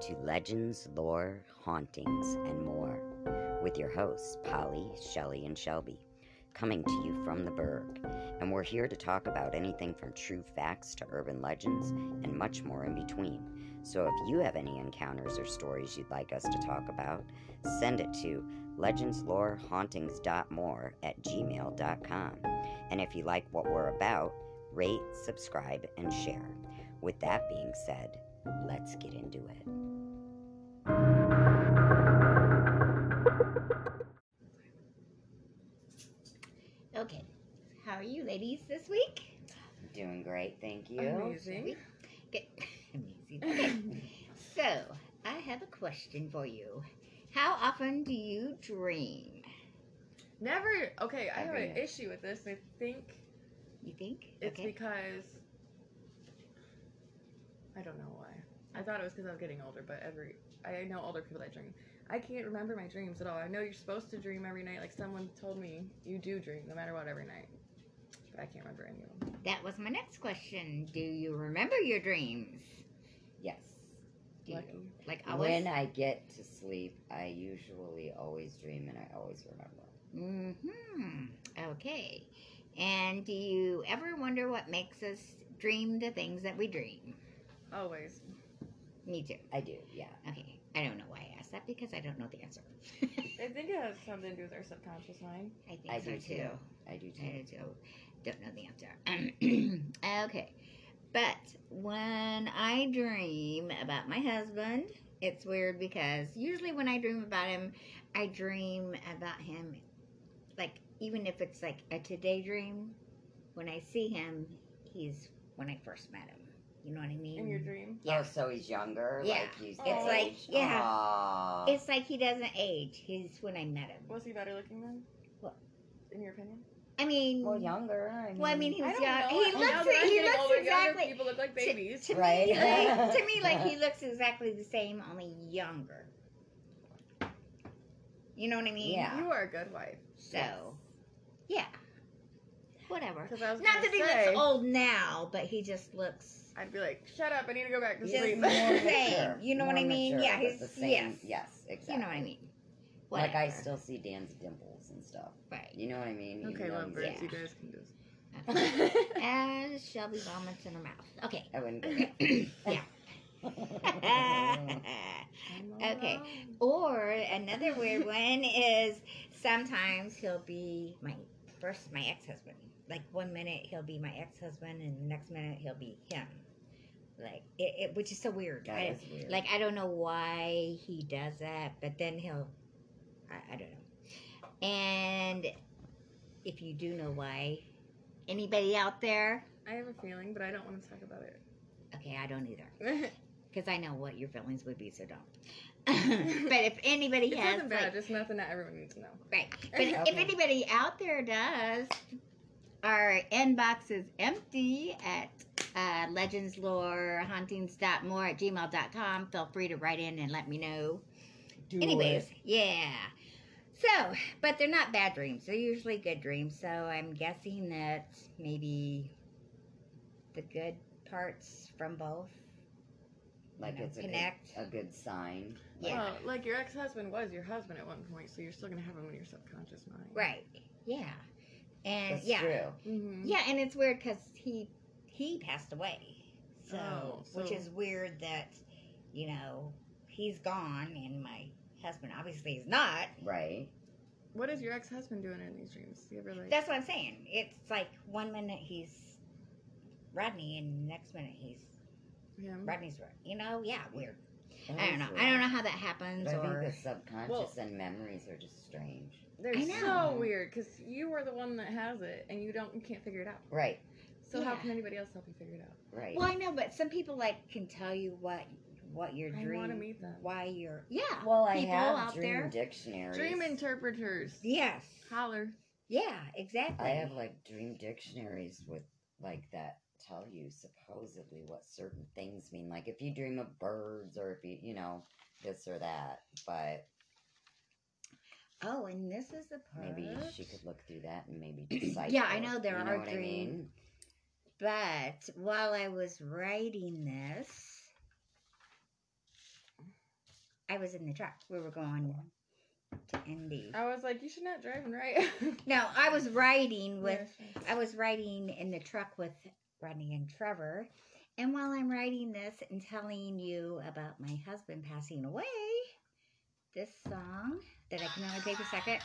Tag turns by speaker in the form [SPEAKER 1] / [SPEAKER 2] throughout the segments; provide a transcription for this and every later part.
[SPEAKER 1] to legends, lore, hauntings, and more with your hosts, Polly, Shelley, and Shelby, coming to you from the Berg. And we're here to talk about anything from true facts to urban legends and much more in between. So if you have any encounters or stories you'd like us to talk about, send it to legendslorehauntings.more at gmail.com. And if you like what we're about, rate, subscribe, and share. With that being said, let's get into it.
[SPEAKER 2] Okay. How are you ladies this week?
[SPEAKER 1] Doing great, thank you.
[SPEAKER 3] Amazing.
[SPEAKER 2] Good. Amazing. Okay. so, I have a question for you. How often do you dream?
[SPEAKER 3] Never. Okay, I have an
[SPEAKER 1] Every-
[SPEAKER 3] issue with this. I think
[SPEAKER 2] You think?
[SPEAKER 3] it's
[SPEAKER 2] okay.
[SPEAKER 3] because I don't know why. I thought it was because I was getting older, but every I know older people that dream. I can't remember my dreams at all. I know you're supposed to dream every night. Like someone told me, you do dream no matter what every night, but I can't remember any of them.
[SPEAKER 2] that was my next question. Do you remember your dreams?
[SPEAKER 1] Yes.
[SPEAKER 2] Do
[SPEAKER 3] Lucky.
[SPEAKER 2] you? Like always.
[SPEAKER 1] When I get to sleep, I usually always dream and I always remember.
[SPEAKER 2] Mm-hmm. Okay. And do you ever wonder what makes us dream the things that we dream?
[SPEAKER 3] Always.
[SPEAKER 2] Me too.
[SPEAKER 1] I do, yeah.
[SPEAKER 2] Okay. I don't know why I asked that because I don't know the answer.
[SPEAKER 3] I think it has something to do with our subconscious mind.
[SPEAKER 2] I think
[SPEAKER 1] I
[SPEAKER 2] so
[SPEAKER 1] do
[SPEAKER 2] too.
[SPEAKER 1] too. I do too.
[SPEAKER 2] I don't, don't know the answer. Um, okay. But when I dream about my husband, it's weird because usually when I dream about him, I dream about him like even if it's like a today dream, when I see him, he's when I first met him. You know what I mean?
[SPEAKER 3] In your dream,
[SPEAKER 1] Oh,
[SPEAKER 2] Yeah.
[SPEAKER 1] so he's younger?
[SPEAKER 2] Yeah.
[SPEAKER 1] Like he's the
[SPEAKER 3] It's like-
[SPEAKER 1] age?
[SPEAKER 2] yeah.
[SPEAKER 1] Aw.
[SPEAKER 2] It's like he doesn't age. He's when I met him.
[SPEAKER 3] was he better looking then?
[SPEAKER 2] What?
[SPEAKER 3] In your opinion?
[SPEAKER 2] I mean,
[SPEAKER 1] well, younger. I mean,
[SPEAKER 2] well, I mean, he was
[SPEAKER 3] I don't
[SPEAKER 2] young.
[SPEAKER 3] know.
[SPEAKER 2] He
[SPEAKER 3] Now
[SPEAKER 2] looks.
[SPEAKER 3] that I'm
[SPEAKER 2] He
[SPEAKER 3] getting
[SPEAKER 2] looks
[SPEAKER 3] older, younger
[SPEAKER 2] exactly.
[SPEAKER 3] People look like
[SPEAKER 2] to-
[SPEAKER 3] babies.
[SPEAKER 2] to
[SPEAKER 1] Right?
[SPEAKER 2] me, like, to me, like he looks exactly the same, only younger. You know what I mean?
[SPEAKER 1] Yeah.
[SPEAKER 3] You are a good wife.
[SPEAKER 2] So, yeah. Whatever.
[SPEAKER 3] Because I was
[SPEAKER 2] Not
[SPEAKER 3] gonna
[SPEAKER 2] that he
[SPEAKER 3] say,
[SPEAKER 2] looks old now, but he just looks
[SPEAKER 3] I'd be like, shut up, I need to go back to
[SPEAKER 1] He's
[SPEAKER 2] Just
[SPEAKER 3] sleep.
[SPEAKER 2] more
[SPEAKER 1] mature,
[SPEAKER 2] same, you know what I
[SPEAKER 1] more
[SPEAKER 2] mean?
[SPEAKER 1] mature,
[SPEAKER 2] Yeah,
[SPEAKER 1] but
[SPEAKER 2] he's-
[SPEAKER 1] the same.
[SPEAKER 2] yes.
[SPEAKER 1] yes, exactly.
[SPEAKER 2] you know what I mean.
[SPEAKER 1] Like I
[SPEAKER 2] Whatever.
[SPEAKER 1] still see Dan's dimples and stuff.
[SPEAKER 2] right.
[SPEAKER 1] You know what I mean? Even
[SPEAKER 3] okay,
[SPEAKER 1] though
[SPEAKER 3] lovebirds,
[SPEAKER 1] he's-
[SPEAKER 3] you guys can just.
[SPEAKER 2] Okay.
[SPEAKER 3] I
[SPEAKER 2] and Shelby vomits in her mouth. Okay.
[SPEAKER 1] I wouldn't go there.
[SPEAKER 2] Okay. or another weird one is sometimes he'll be my first my ex husband. Like one minute he'll be my ex husband, and the next minute he'll be him. Like it, it which is so weird.
[SPEAKER 1] That
[SPEAKER 2] I-
[SPEAKER 1] is weird.
[SPEAKER 2] Like I don't know why he does that, but then he'll I, I don't know. And if you do know why, anybody out there?
[SPEAKER 3] I have a feeling, but I don't want to talk about
[SPEAKER 2] Okay, I don't either.
[SPEAKER 3] it.
[SPEAKER 2] Because I know what your feelings would be, so don't. but if anybody
[SPEAKER 3] it's
[SPEAKER 2] has
[SPEAKER 3] nothing bad,
[SPEAKER 2] like,
[SPEAKER 3] just nothing that everyone needs to know.
[SPEAKER 2] right. But if
[SPEAKER 1] Okay.
[SPEAKER 2] anybody out there does, our inbox is empty at uh, legendslorehauntings.more at gmail.com. Feel free to write in and let me know.
[SPEAKER 1] Do
[SPEAKER 2] Anyways,
[SPEAKER 1] it.
[SPEAKER 2] yeah. So, but they're not bad dreams. They're usually good dreams. So I'm guessing that maybe the good parts from both you
[SPEAKER 1] like
[SPEAKER 2] know,
[SPEAKER 1] it's a good,
[SPEAKER 2] connect.
[SPEAKER 1] a good sign.
[SPEAKER 2] Yeah.
[SPEAKER 3] Well, like your ex husband was your husband at one point, so you're still going to have him in your subconscious mind.
[SPEAKER 2] Right. Yeah. And
[SPEAKER 1] That's
[SPEAKER 2] yeah.
[SPEAKER 1] true.
[SPEAKER 3] hmm
[SPEAKER 2] Yeah, and it's weird because he he passed away, so,
[SPEAKER 3] Oh, so-
[SPEAKER 2] which is weird that you know he's gone and my husband obviously is not.
[SPEAKER 1] Right.
[SPEAKER 3] What is your ex husband doing in these dreams? Do you ever like.
[SPEAKER 2] That's what I'm saying. It's like one minute he's Rodney and the next minute he's
[SPEAKER 3] him?
[SPEAKER 2] Rodney's Rod- you know yeah weird.
[SPEAKER 1] That
[SPEAKER 2] I don't
[SPEAKER 1] is
[SPEAKER 2] know.
[SPEAKER 1] weird.
[SPEAKER 2] I don't know how that happens
[SPEAKER 1] But I think
[SPEAKER 2] or
[SPEAKER 1] the subconscious
[SPEAKER 3] Well-
[SPEAKER 1] and memories are just strange.
[SPEAKER 3] They're
[SPEAKER 2] I know.
[SPEAKER 3] so weird because you are the one that has it and you don't, you can't figure it out.
[SPEAKER 1] Right.
[SPEAKER 3] So how
[SPEAKER 2] Yeah.
[SPEAKER 3] can anybody else help you figure it out?
[SPEAKER 1] Right.
[SPEAKER 2] well I know, but some people like can tell you what what your
[SPEAKER 3] I want to
[SPEAKER 2] dream
[SPEAKER 3] meet them.
[SPEAKER 2] why you're yeah
[SPEAKER 1] Well, I
[SPEAKER 2] people
[SPEAKER 1] have
[SPEAKER 2] out
[SPEAKER 1] dream
[SPEAKER 2] there.
[SPEAKER 1] dictionaries.
[SPEAKER 3] Dream interpreters.
[SPEAKER 2] yes
[SPEAKER 3] Holler.
[SPEAKER 2] yeah exactly
[SPEAKER 1] I have like dream dictionaries with like that tell you supposedly what certain things mean. Like if you dream of birds or if you you know this or that. But
[SPEAKER 2] oh and this is the part
[SPEAKER 1] maybe she could look through that and maybe decipher.
[SPEAKER 2] Yeah, I know there
[SPEAKER 1] you
[SPEAKER 2] are
[SPEAKER 1] what
[SPEAKER 2] dream-
[SPEAKER 1] I mean?
[SPEAKER 2] But while I was writing this, I was in the truck. We were going
[SPEAKER 1] Oh,
[SPEAKER 2] to Indy.
[SPEAKER 3] I was like, you should not drive and write.
[SPEAKER 2] No, I was riding with
[SPEAKER 3] Yeah,
[SPEAKER 2] I was riding in the truck with Rodney and Trevor. And while I'm writing this and telling you about my husband passing away, this song that I can only take a second.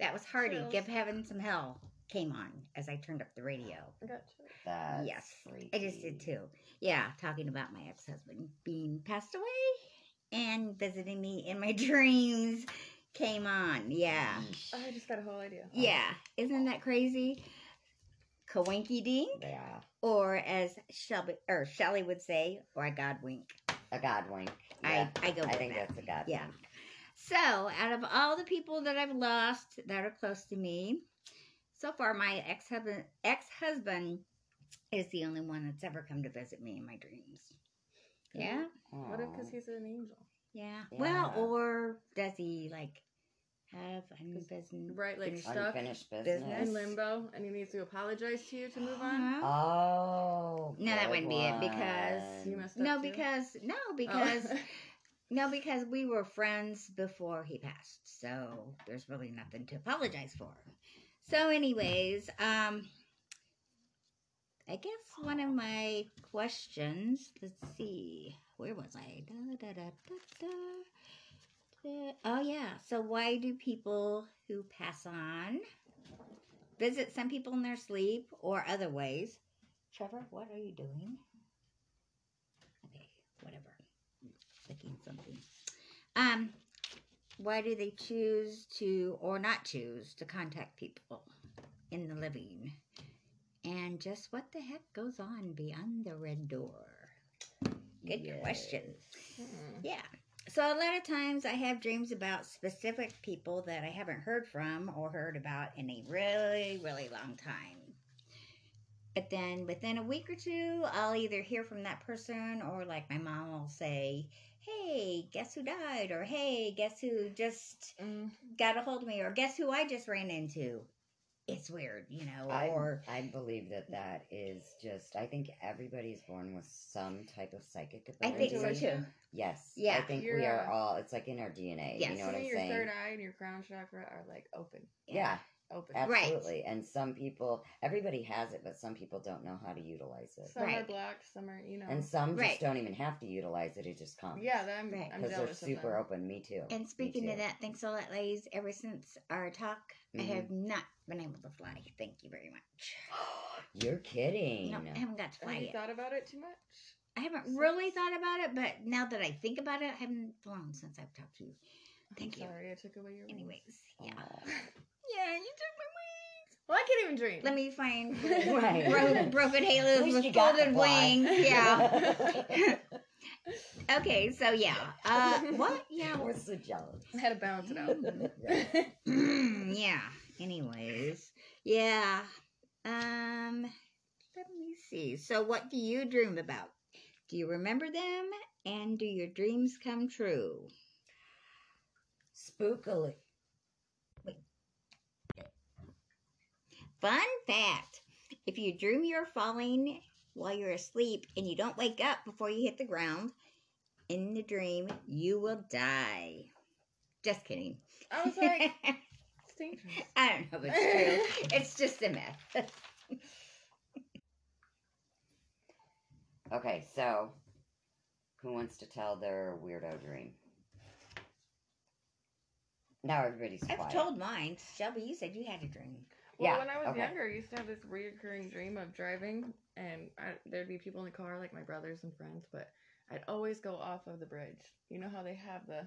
[SPEAKER 2] That was Hardy.
[SPEAKER 3] Chills.
[SPEAKER 2] Give Heaven Some Hell came on as I turned up the radio.
[SPEAKER 3] I got
[SPEAKER 1] That's
[SPEAKER 2] Yes,
[SPEAKER 1] freaky.
[SPEAKER 2] I just did too. Yeah, talking about my ex husband being passed away and visiting me in my dreams came on. Yeah.
[SPEAKER 1] Yeesh.
[SPEAKER 3] Oh, I just got a whole idea.
[SPEAKER 2] Yeah, isn't that crazy? Kawinky dink,
[SPEAKER 1] Yeah.
[SPEAKER 2] or as Shelby or Shelley would say, or a God wink.
[SPEAKER 1] A god wink. Yeah.
[SPEAKER 2] I I go
[SPEAKER 1] I,
[SPEAKER 2] with
[SPEAKER 1] think
[SPEAKER 2] that.
[SPEAKER 1] that's a god
[SPEAKER 2] Yeah.
[SPEAKER 1] wink.
[SPEAKER 2] So, out of all the people that I've lost that are close to me, so far my ex husband ex husband is the only one that's ever come to visit me in my dreams. Yeah,
[SPEAKER 3] What if
[SPEAKER 1] Aw.
[SPEAKER 3] because he's an angel?
[SPEAKER 2] yeah. Well,
[SPEAKER 1] Yeah.
[SPEAKER 2] or does he like have unbusiness?
[SPEAKER 3] Right, like
[SPEAKER 2] Finish-
[SPEAKER 3] stuck
[SPEAKER 1] Unfinished business.
[SPEAKER 2] business.
[SPEAKER 3] in limbo, and he needs to apologize to you to move on.
[SPEAKER 2] Huh?
[SPEAKER 1] Oh.
[SPEAKER 2] No, that
[SPEAKER 1] good
[SPEAKER 2] wouldn't be it, because
[SPEAKER 3] You
[SPEAKER 1] one.
[SPEAKER 3] messed up
[SPEAKER 2] No,
[SPEAKER 3] too?
[SPEAKER 2] because no,
[SPEAKER 3] Oh.
[SPEAKER 2] because No, because we were friends before he passed, so there's really nothing to apologize for. So, anyways, um, I guess one of my questions. Let's see, where was I? Da, da, da, da, da. Da- Oh yeah. So, why do people who pass on visit some people in their sleep or other ways? Trevor, what are you doing? Okay, whatever clicking something. Um, why do they choose to or not choose to contact people in the living? And just what the heck goes on beyond the red door? Good question.
[SPEAKER 3] Hmm.
[SPEAKER 2] Yeah. So a lot of times I have dreams about specific people that I haven't heard from or heard about in a really, really long time. But then within a week or two, I'll either hear from that person or like my mom will say, Hey, guess who died? Or hey, guess who just
[SPEAKER 3] Mm.
[SPEAKER 2] got a hold of me? Or guess who I just ran into? It's weird, you know,
[SPEAKER 1] I,
[SPEAKER 2] or
[SPEAKER 1] I believe that that is just. I think everybody's born with some type of psychic
[SPEAKER 2] I
[SPEAKER 1] ability.
[SPEAKER 2] think so too.
[SPEAKER 3] Intuition.
[SPEAKER 1] Yes. I
[SPEAKER 2] Yeah.
[SPEAKER 1] think
[SPEAKER 3] You're,
[SPEAKER 1] we are
[SPEAKER 3] uh,
[SPEAKER 1] all. It's like in our DNA.
[SPEAKER 2] Yes.
[SPEAKER 1] You know
[SPEAKER 3] Some
[SPEAKER 1] what
[SPEAKER 3] of
[SPEAKER 1] I'm
[SPEAKER 3] your
[SPEAKER 1] saying?
[SPEAKER 3] third eye and your crown chakra are like open,
[SPEAKER 1] Yeah.
[SPEAKER 3] open.
[SPEAKER 2] Right.
[SPEAKER 1] Absolutely. And some people, everybody has it, but some people don't know how to utilize it.
[SPEAKER 3] Some are
[SPEAKER 2] Right.
[SPEAKER 3] blocked, some are you know.
[SPEAKER 1] and some
[SPEAKER 2] Right.
[SPEAKER 1] just don't even have to utilize it. It just comes.
[SPEAKER 3] yeah, that I'm,
[SPEAKER 2] Right.
[SPEAKER 3] I'm
[SPEAKER 1] Because they're
[SPEAKER 3] jealous
[SPEAKER 1] super
[SPEAKER 3] of
[SPEAKER 1] open. Me too.
[SPEAKER 2] And speaking
[SPEAKER 1] too.
[SPEAKER 2] of that, thanks a lot, ladies. Ever since our talk, I have
[SPEAKER 1] Mm-hmm.
[SPEAKER 2] not been able to fly. Thank you very much.
[SPEAKER 1] Mm-hmm. You're kidding.
[SPEAKER 2] No, I haven't got to
[SPEAKER 3] them.
[SPEAKER 2] fly
[SPEAKER 3] Have you
[SPEAKER 2] yet.
[SPEAKER 3] thought about it too much?
[SPEAKER 2] I haven't
[SPEAKER 3] since-
[SPEAKER 2] really thought about it, but now that I think about it, I haven't flown since I've talked to you. Thank
[SPEAKER 3] I'm
[SPEAKER 2] you.
[SPEAKER 3] Sorry, I took away your. wings.
[SPEAKER 2] Anyways, yeah.
[SPEAKER 1] Aw.
[SPEAKER 2] Yeah, you took
[SPEAKER 3] Well, I can't even dream.
[SPEAKER 2] my wings. Let me find
[SPEAKER 1] Right.
[SPEAKER 2] broken, broken
[SPEAKER 1] At
[SPEAKER 2] halos
[SPEAKER 1] least
[SPEAKER 2] with
[SPEAKER 1] you got
[SPEAKER 2] folded
[SPEAKER 1] the fly.
[SPEAKER 2] wings. Yeah. Okay, so yeah. Uh, what? Yeah.
[SPEAKER 1] We're so jealous.
[SPEAKER 3] I had to balance it out.
[SPEAKER 1] Yeah.
[SPEAKER 2] Mm, yeah. Anyways, yeah. Um, let me see. So, what do you dream about? Do you remember them? And do your dreams come true?
[SPEAKER 1] Spookily.
[SPEAKER 2] Fun fact if you dream you're falling while you're asleep and you don't wake up before you hit the ground, in the dream, you will die. Just kidding.
[SPEAKER 3] I was like, it's dangerous.
[SPEAKER 2] I don't know if it's true. it's just a myth.
[SPEAKER 1] Okay, so who wants to tell their weirdo dream? Now everybody's quiet.
[SPEAKER 2] I've told mine. Shelby, you said you had a dream.
[SPEAKER 3] Well,
[SPEAKER 1] Yeah,
[SPEAKER 3] when I was
[SPEAKER 1] okay.
[SPEAKER 3] younger, I used to have this reoccurring dream of driving, and I, there'd be people in the car, like my brothers and friends, but I'd always go off of the bridge. You know how they have the.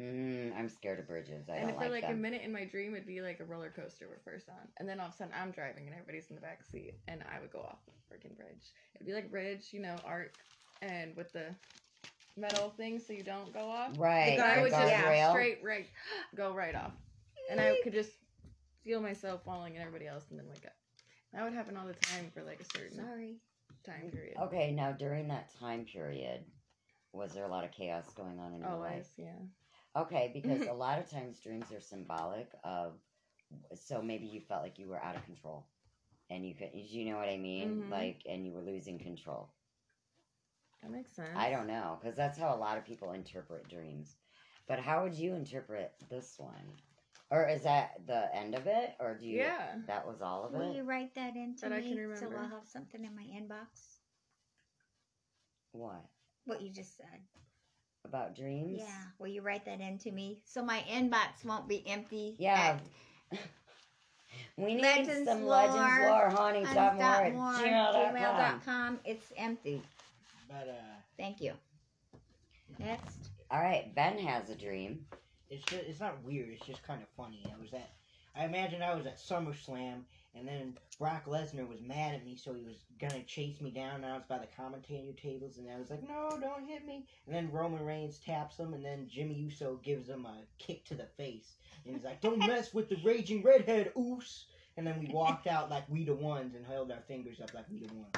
[SPEAKER 1] Mm, I'm scared of bridges. I
[SPEAKER 3] and
[SPEAKER 1] don't
[SPEAKER 3] for
[SPEAKER 1] like
[SPEAKER 3] like a
[SPEAKER 1] them.
[SPEAKER 3] minute in my dream, it'd be like a roller coaster we're first on. And then all of a sudden, I'm driving, and everybody's in the back seat, and I would go off the freaking bridge. It'd be like a bridge, you know, arc, and with the metal thing so you don't go off.
[SPEAKER 1] right.
[SPEAKER 3] The guy
[SPEAKER 1] a
[SPEAKER 3] was just
[SPEAKER 1] guardrail.
[SPEAKER 3] straight right, go right off, and I could just feel myself falling and everybody else, and then wake up. That would happen all the time for like a certain
[SPEAKER 2] Sorry.
[SPEAKER 3] time period.
[SPEAKER 1] Okay, now during that time period, was there a lot of chaos going on in your
[SPEAKER 3] Always,
[SPEAKER 1] life?
[SPEAKER 3] Oh, yeah.
[SPEAKER 1] Okay, because a lot of times dreams are symbolic of, so maybe you felt like you were out of control and you could, you know what I mean?
[SPEAKER 3] Mhm.
[SPEAKER 1] Like, and you were losing control.
[SPEAKER 3] That makes sense.
[SPEAKER 1] I don't know, because that's how a lot of people interpret dreams. But how would you interpret this one? Or is that the end of it? Or do you?
[SPEAKER 3] Yeah.
[SPEAKER 1] That was all of
[SPEAKER 2] Will you
[SPEAKER 1] it?
[SPEAKER 2] write that into
[SPEAKER 3] That I
[SPEAKER 2] me
[SPEAKER 3] can
[SPEAKER 2] so
[SPEAKER 3] remember.
[SPEAKER 2] I'll have something in my inbox?
[SPEAKER 1] What?
[SPEAKER 2] What you just said.
[SPEAKER 1] About dreams?
[SPEAKER 2] Yeah. Will you write that into me so my inbox won't be empty?
[SPEAKER 1] Yeah.
[SPEAKER 2] at-
[SPEAKER 1] We need
[SPEAKER 2] Legends
[SPEAKER 1] some
[SPEAKER 2] lore,
[SPEAKER 1] legends lore, honey.
[SPEAKER 2] on
[SPEAKER 1] Top more
[SPEAKER 2] dot
[SPEAKER 1] at
[SPEAKER 2] more
[SPEAKER 1] gmail.com.
[SPEAKER 2] gmail.com. It's empty.
[SPEAKER 4] But uh,
[SPEAKER 2] Thank you. Next.
[SPEAKER 1] All right, Ben has a dream.
[SPEAKER 4] it's just, it's not weird. It's just kind of funny. I was at, I imagine I was at SummerSlam, and then Brock Lesnar was mad at me, so he was gonna chase me down. And I was by the commentator tables, and I was like, "No, don't hit me!" And then Roman Reigns taps him, and then Jimmy Uso gives him a kick to the face, and he's like, "Don't mess with the raging redhead, Oos!" And then we walked out like we the ones and held our fingers up like we the ones.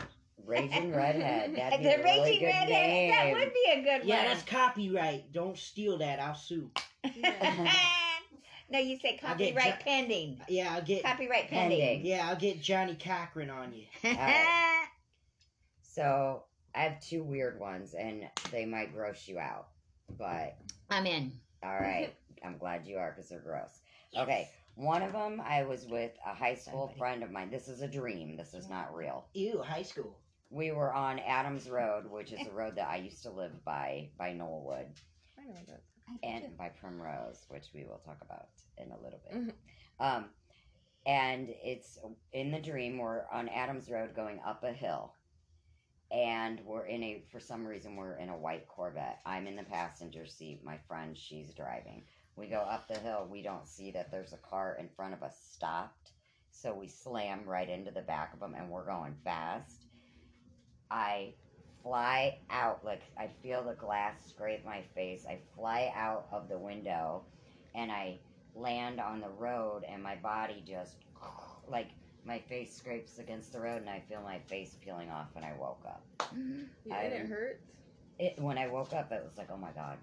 [SPEAKER 1] Raging Redhead. That'd be
[SPEAKER 2] the
[SPEAKER 1] a really
[SPEAKER 2] Raging
[SPEAKER 1] good
[SPEAKER 2] Redhead.
[SPEAKER 1] name.
[SPEAKER 2] That would be a good
[SPEAKER 4] Yeah,
[SPEAKER 2] one.
[SPEAKER 4] that's copyright. Don't steal that. I'll sue.
[SPEAKER 2] no, you said
[SPEAKER 4] I get
[SPEAKER 2] copyright
[SPEAKER 4] ju-
[SPEAKER 2] pending.
[SPEAKER 4] Yeah, I'll get.
[SPEAKER 2] Copyright
[SPEAKER 1] Pending.
[SPEAKER 2] pending.
[SPEAKER 4] Yeah, I'll get Johnny Cochran on you.
[SPEAKER 1] Alright. So I have two weird ones, and they might gross you out. But
[SPEAKER 2] I'm in.
[SPEAKER 1] all right, I'm glad you are because they're gross. Okay, one of them I was with a high school
[SPEAKER 4] Somebody.
[SPEAKER 1] friend of mine. This is a dream. This is not real.
[SPEAKER 4] Ew, high school.
[SPEAKER 1] We were on Adams Road, which is a road that I used to live by, by Knollwood.
[SPEAKER 3] I know that.
[SPEAKER 1] and by Primrose, which we will talk about in a little bit.
[SPEAKER 3] Mhm.
[SPEAKER 1] Um, and it's in the dream. We're on Adams Road going up a hill, and we're in a for some reason we're in a white Corvette. I'm in the passenger seat. My friend, she's driving. We go up the hill. We don't see that there's a car in front of us stopped, so we slam right into the back of them, and we're going fast. I fly out like I feel the glass scrape my face. I fly out of the window and I land on the road and my body just like my face scrapes against the road and I feel my face peeling off when I woke up.
[SPEAKER 3] Yeah, and
[SPEAKER 1] I'm-
[SPEAKER 3] it hurts.
[SPEAKER 1] It when I woke up it was like, "Oh my god,